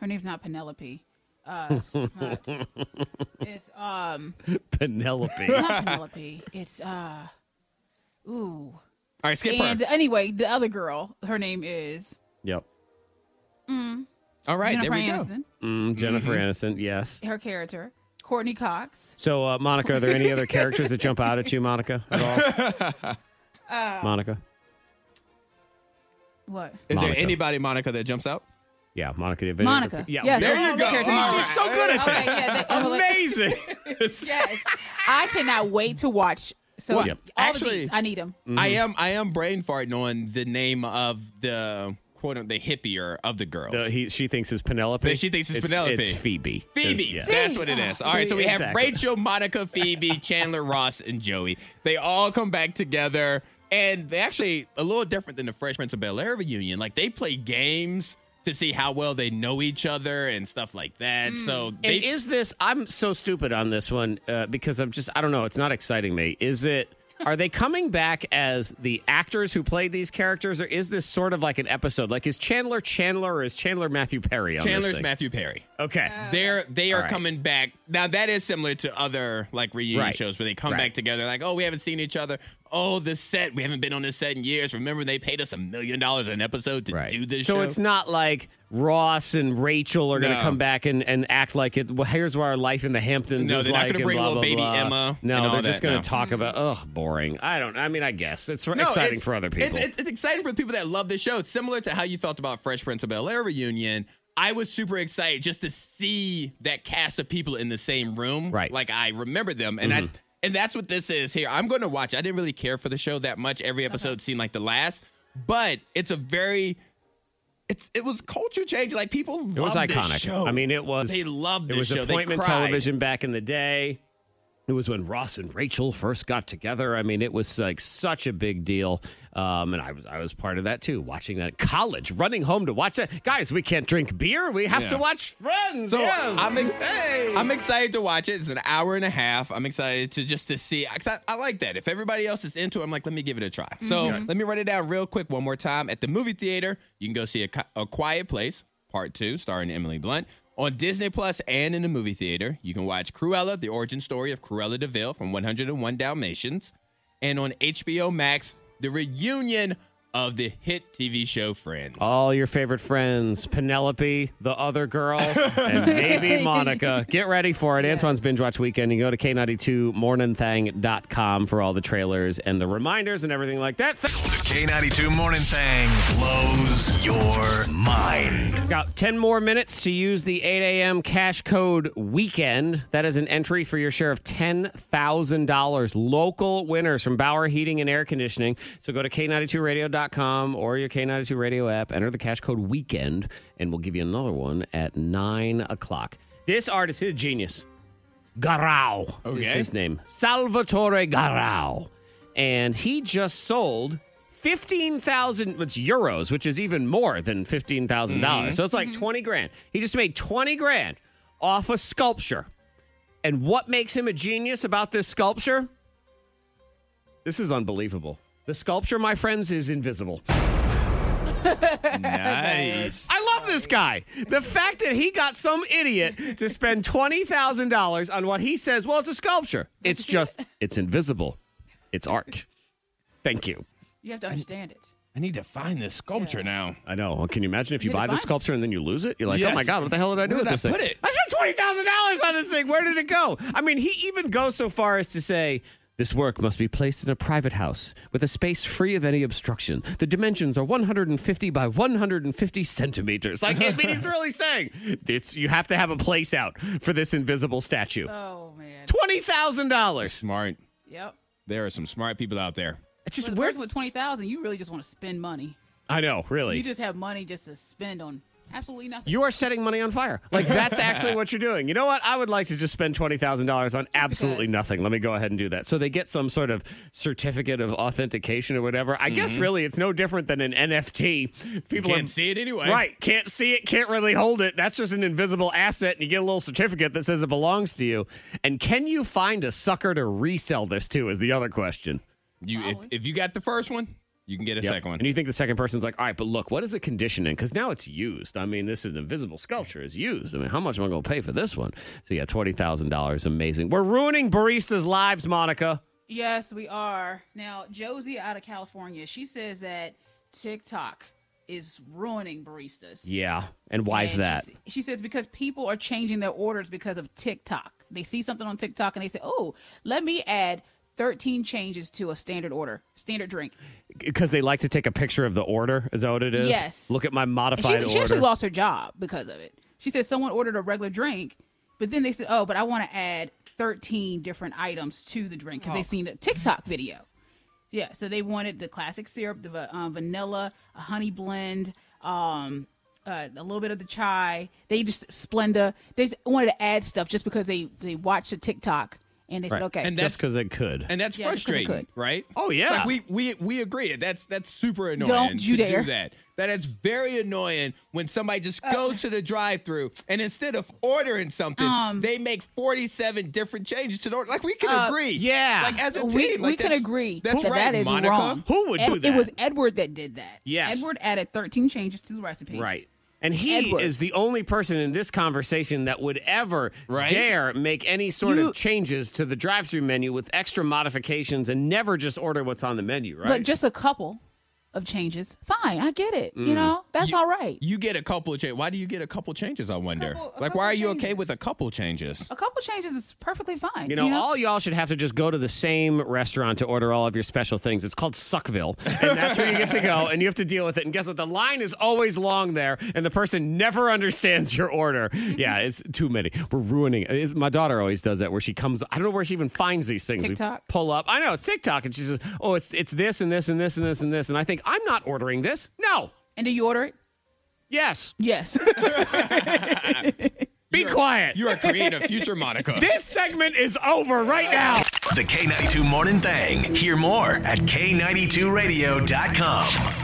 Speaker 3: her name's not Penelope.
Speaker 1: *laughs*
Speaker 3: Uh, it's not- it's um,
Speaker 2: *laughs*
Speaker 1: Penelope.
Speaker 3: not Penelope. It's uh, ooh.
Speaker 2: All right, skip
Speaker 3: And
Speaker 2: her.
Speaker 3: anyway, the other girl, her name is
Speaker 1: yep.
Speaker 2: All right,
Speaker 3: Jennifer
Speaker 2: there we
Speaker 3: Aniston.
Speaker 1: Mm, Jennifer
Speaker 2: Mm-hmm.
Speaker 1: Aniston. Yes.
Speaker 3: Her character, Courtney Cox.
Speaker 1: So, uh, Monica, are there any
Speaker 3: *laughs*
Speaker 1: other characters that jump out at you, Monica? At
Speaker 3: Oh.
Speaker 1: all? Monica.
Speaker 3: What?
Speaker 2: go. Is
Speaker 1: Monica.
Speaker 2: there anybody Monica that jumps out?
Speaker 1: Yeah, Monica. If
Speaker 3: Monica.
Speaker 1: Yeah.
Speaker 3: Yes,
Speaker 2: There
Speaker 3: her
Speaker 2: you go.
Speaker 3: character.
Speaker 2: All
Speaker 1: She's so good at
Speaker 3: Okay, yeah,
Speaker 2: *laughs*
Speaker 3: they- I'm like-
Speaker 1: Amazing. *laughs*
Speaker 3: *laughs* yes. I cannot wait to watch. So
Speaker 2: Well,
Speaker 3: all
Speaker 2: actually-
Speaker 3: of these, I need them.
Speaker 2: I
Speaker 1: Mm-hmm.
Speaker 2: am I am brain farting on the name of the quote unquote the hippier of the girls.
Speaker 1: No, Uh, he, she thinks it's Penelope.
Speaker 2: That she thinks it's
Speaker 1: it's
Speaker 2: Penelope.
Speaker 1: It's Phoebe.
Speaker 2: Phoebe,
Speaker 1: It's- yeah.
Speaker 2: that's what it is. All right, so we have
Speaker 1: Exactly.
Speaker 2: Rachel,
Speaker 1: *laughs*
Speaker 2: Monica, Phoebe, Chandler, Ross, and Joey. They all come back together, and they actually a little different than the Fresh Prince of Bel Air reunion. Like they play games to see how well they know each other and stuff like that. So they,
Speaker 1: And Mm. is this? I'm so stupid on this one uh, because I'm just. I don't know. It's not exciting me. Is it? Are they coming back as the actors who played these characters, or is this sort of like an episode? Like, is Chandler Chandler or is Chandler Matthew Perry on this
Speaker 2: Chandler's
Speaker 1: thing?
Speaker 2: Matthew Perry.
Speaker 1: Okay.
Speaker 3: Uh,
Speaker 2: They're they are
Speaker 1: All right.
Speaker 2: coming back now. That is similar to other like reunion
Speaker 1: Right.
Speaker 2: shows where they come
Speaker 1: Right.
Speaker 2: back together. Like, oh, we haven't seen each other. Oh, this set we haven't been on this set in years. Remember they paid us a million dollars an episode to
Speaker 1: Right.
Speaker 2: do this.
Speaker 1: so
Speaker 2: show?
Speaker 1: it's not like Ross and Rachel are going to
Speaker 2: No.
Speaker 1: come back and, and act like it. Well, here's where our life in the Hamptons
Speaker 2: No,
Speaker 1: is
Speaker 2: they're not
Speaker 1: like.
Speaker 2: gonna
Speaker 1: and
Speaker 2: bring
Speaker 1: blah, blah,
Speaker 2: little baby
Speaker 1: blah.
Speaker 2: Emma
Speaker 1: No,
Speaker 2: and all
Speaker 1: they're just
Speaker 2: that,
Speaker 1: going
Speaker 2: no.
Speaker 1: to talk about. Ugh, boring. I don't. I mean, I guess it's
Speaker 2: No,
Speaker 1: exciting
Speaker 2: it's-
Speaker 1: for other people.
Speaker 2: It's, it's, it's exciting for the people that love the show. It's similar to how you felt about Fresh Prince of Bel Air reunion. I was super excited just to see that cast of people in the same room.
Speaker 1: Right. Mm-hmm.
Speaker 2: Like I remember them. And I and that's what this is here. I'm gonna watch. I didn't really care for the show that much. Every episode seemed like the last. But it's a very it's it was culture change. Like people
Speaker 1: It was
Speaker 2: loved this
Speaker 1: iconic.
Speaker 2: show.
Speaker 1: I mean, it was.
Speaker 2: They loved
Speaker 1: it
Speaker 2: this
Speaker 1: was
Speaker 2: show. They
Speaker 1: appointment
Speaker 2: cried.
Speaker 1: television back in the day. It was when Ross and Rachel first got together. I mean, it was like such a big deal, um, and I was I was part of that too. Watching that college, running home to watch that. Guys, we can't drink beer. We have
Speaker 2: Yeah.
Speaker 1: to watch Friends.
Speaker 2: So
Speaker 1: yes.
Speaker 2: I'm, ex-
Speaker 1: Hey.
Speaker 2: I'm excited to watch it. It's an hour and a half. I'm excited to just to see. 'cause I, I like that. If everybody else is into it, I'm like, let me give it a try. So
Speaker 1: Mm-hmm.
Speaker 2: let me write it down real quick one more time. At the movie theater, you can go see a, Qui- a Quiet Place Part Two, starring Emily Blunt. On Disney Plus and in the movie theater, you can watch Cruella: The Origin Story of Cruella Deville from 101 Dalmatians, and on HBO Max, the reunion of the hit TV show Friends. *laughs*
Speaker 1: all your favorite friends Penelope, the other girl, and maybe Monica. Get ready for it. Antoine's Binge Watch Weekend. You go to K92morningthang.com for all the trailers and the reminders and everything like that. Thank-
Speaker 5: The K92 Morning Thang blows your mind.
Speaker 1: Got 10 more minutes to use the 8 a.m. cash code weekend. That is an entry for your share of $10,000. Local winners from Bauer Heating and Air Conditioning. So go to K92radio.com or your K92 radio app, enter the cash code weekend, and we'll give you another one at 9 o'clock. This artist is a genius. Garau is
Speaker 2: Okay.
Speaker 1: his name. Salvatore Garau. And he just sold 15,000 it's euros, which is even more than $15,000. dollars So it's like 20 grand. He just made 20 grand off a sculpture. And what makes him a genius about this sculpture? This is unbelievable. The sculpture, my friends, is invisible.
Speaker 2: nice.
Speaker 1: I love this guy. The fact that he got some idiot to spend $20,000 on what he says, well, it's a sculpture. It's just, it's invisible. It's art. Thank you.
Speaker 3: You have to understand it.
Speaker 2: I need to find this sculpture now.
Speaker 1: I know. Can you imagine if you
Speaker 3: You're
Speaker 1: buy
Speaker 3: gonna
Speaker 1: this
Speaker 3: find it.
Speaker 1: sculpture and then you lose it? You're like, oh
Speaker 2: Yes.
Speaker 1: my God, what the hell did I do
Speaker 2: Where
Speaker 1: with
Speaker 2: did
Speaker 1: this
Speaker 2: I
Speaker 1: thing?
Speaker 2: put it?
Speaker 1: I spent $20,000 on this thing. Where did it go? I mean, he even goes so far as to say, this work must be placed in a private house with a space free of any obstruction. The dimensions are 150 by 150 centimeters. Like, I mean,
Speaker 2: *laughs*
Speaker 1: he's really saying it's, you have to have a place out for this invisible statue.
Speaker 2: Uh,
Speaker 3: Oh man.
Speaker 1: $20,000.
Speaker 2: Smart.
Speaker 3: Yep.
Speaker 2: There are some smart people out there.
Speaker 1: It's just
Speaker 3: With,
Speaker 1: weird.
Speaker 3: where's with twenty thousand? You really just want to spend money.
Speaker 1: I know, really.
Speaker 3: You just have money just to spend on absolutely nothing.
Speaker 1: you are setting money on fire. Like that's actually what you're doing. You know what? I would like to just spend twenty thousand dollars on absolutely
Speaker 3: because.
Speaker 1: nothing. Let me go ahead and do that. So they get some sort of certificate of authentication or whatever. I guess really it's no different than an NFT. People
Speaker 2: Mm-hmm. Can't see it anyway.
Speaker 1: Right? Can't see it. Can't really hold it. That's just an invisible asset, and you get a little certificate that says it belongs to you. And can you find a sucker to resell this to? Is the other question.
Speaker 2: You if, if you got the first one, you can get a
Speaker 1: Yep.
Speaker 2: second one.
Speaker 1: And you think the second person's like, all right, but look, what is the condition in? Because now it's used. I mean, this is an invisible sculpture. It's used. I mean, how much am I going to pay for this one? So yeah, twenty thousand dollars. Amazing. We're ruining baristas' lives, Monica.
Speaker 3: Yes, we are. Now, Josie out of California, she says that TikTok is ruining baristas.
Speaker 1: Yeah. And why is
Speaker 3: And she
Speaker 1: that?
Speaker 3: s- She, says because people are changing their orders because of TikTok. They see something on TikTok and they say, "Oh, let me add 13 changes to a standard order, standard drink."
Speaker 1: Because they like to take a picture of the order. Is that what it is?
Speaker 3: Yes.
Speaker 1: Look at my
Speaker 3: And
Speaker 1: modified
Speaker 3: she, she
Speaker 1: order.
Speaker 3: actually lost her job because of it. She said someone ordered a regular drink, but then they said, "Oh, but I want to add 13 different items to the drink because
Speaker 1: Oh.
Speaker 3: they seen the TikTok video." Yeah, so they wanted the classic syrup, the va- um, vanilla, a honey blend, um, uh, a little bit of the chai. They just Splenda. They just wanted to add stuff just because they they watched the TikTok and they
Speaker 1: Right.
Speaker 3: said, "Okay,
Speaker 2: And
Speaker 1: just
Speaker 2: that's-
Speaker 1: because they could.
Speaker 2: And that's
Speaker 3: Yeah, just 'cause it
Speaker 2: frustrating,
Speaker 3: could.
Speaker 2: right?
Speaker 1: Oh, yeah.
Speaker 2: Like we we we agree. That's that's super annoying.
Speaker 3: Don't you
Speaker 2: to
Speaker 3: dare. Uh.
Speaker 2: do that. That is very annoying when somebody just goes to the drive-through and instead of ordering something,
Speaker 3: Um.
Speaker 2: they make 47 different changes to the order. Like we can agree.
Speaker 1: yeah.
Speaker 2: Like as a
Speaker 3: Uh, we,
Speaker 2: team,
Speaker 3: we
Speaker 2: like,
Speaker 3: can
Speaker 2: that's-
Speaker 3: agree
Speaker 2: That's
Speaker 3: that
Speaker 2: right,
Speaker 3: that is
Speaker 2: Monica.
Speaker 3: wrong.
Speaker 1: Who would
Speaker 3: Ed-
Speaker 1: do that?
Speaker 3: It was Edward that did that.
Speaker 1: Yes.
Speaker 3: Edward added 13 changes to the recipe.
Speaker 1: Right. And he
Speaker 3: Edward.
Speaker 1: is the only person in this conversation that would ever
Speaker 2: Right?
Speaker 1: dare make any sort
Speaker 3: You-
Speaker 1: of changes to the drive-through menu with extra modifications and never just order what's on the menu, right?
Speaker 3: But just a couple. of changes, fine, I get it.
Speaker 1: Mm.
Speaker 3: You know, that's all right.
Speaker 2: You get a couple of changes. Why do you get a couple changes? I wonder.
Speaker 3: Couple- a
Speaker 2: like, why
Speaker 3: couple
Speaker 2: are you okay
Speaker 3: changes.
Speaker 2: with a couple changes?
Speaker 3: a couple changes is perfectly fine.
Speaker 1: You know, all y'all should have to just go to the same restaurant to order all of your special things. It's called Suckville, and that's where you get to go, and you have to deal with it. And guess what? The line is always long there, and the person never understands your order. Yeah, it's too many. We're ruining it. It's- my daughter always does that, where she comes. I don't know where she even finds these things. We
Speaker 3: TikTok?
Speaker 1: pull up. I know it's TikTok, and she says, "Oh, it's it's this and this and this and this and this," and I think I'm not ordering this. No.
Speaker 3: and do you order it?
Speaker 1: Yes.
Speaker 3: Yes. *laughs*
Speaker 1: Be quiet.
Speaker 2: You are creating a
Speaker 3: *laughs*
Speaker 2: future Monica.
Speaker 1: this segment is over right now.
Speaker 5: The K92 Morning Thing. Hear more at K92Radio.com.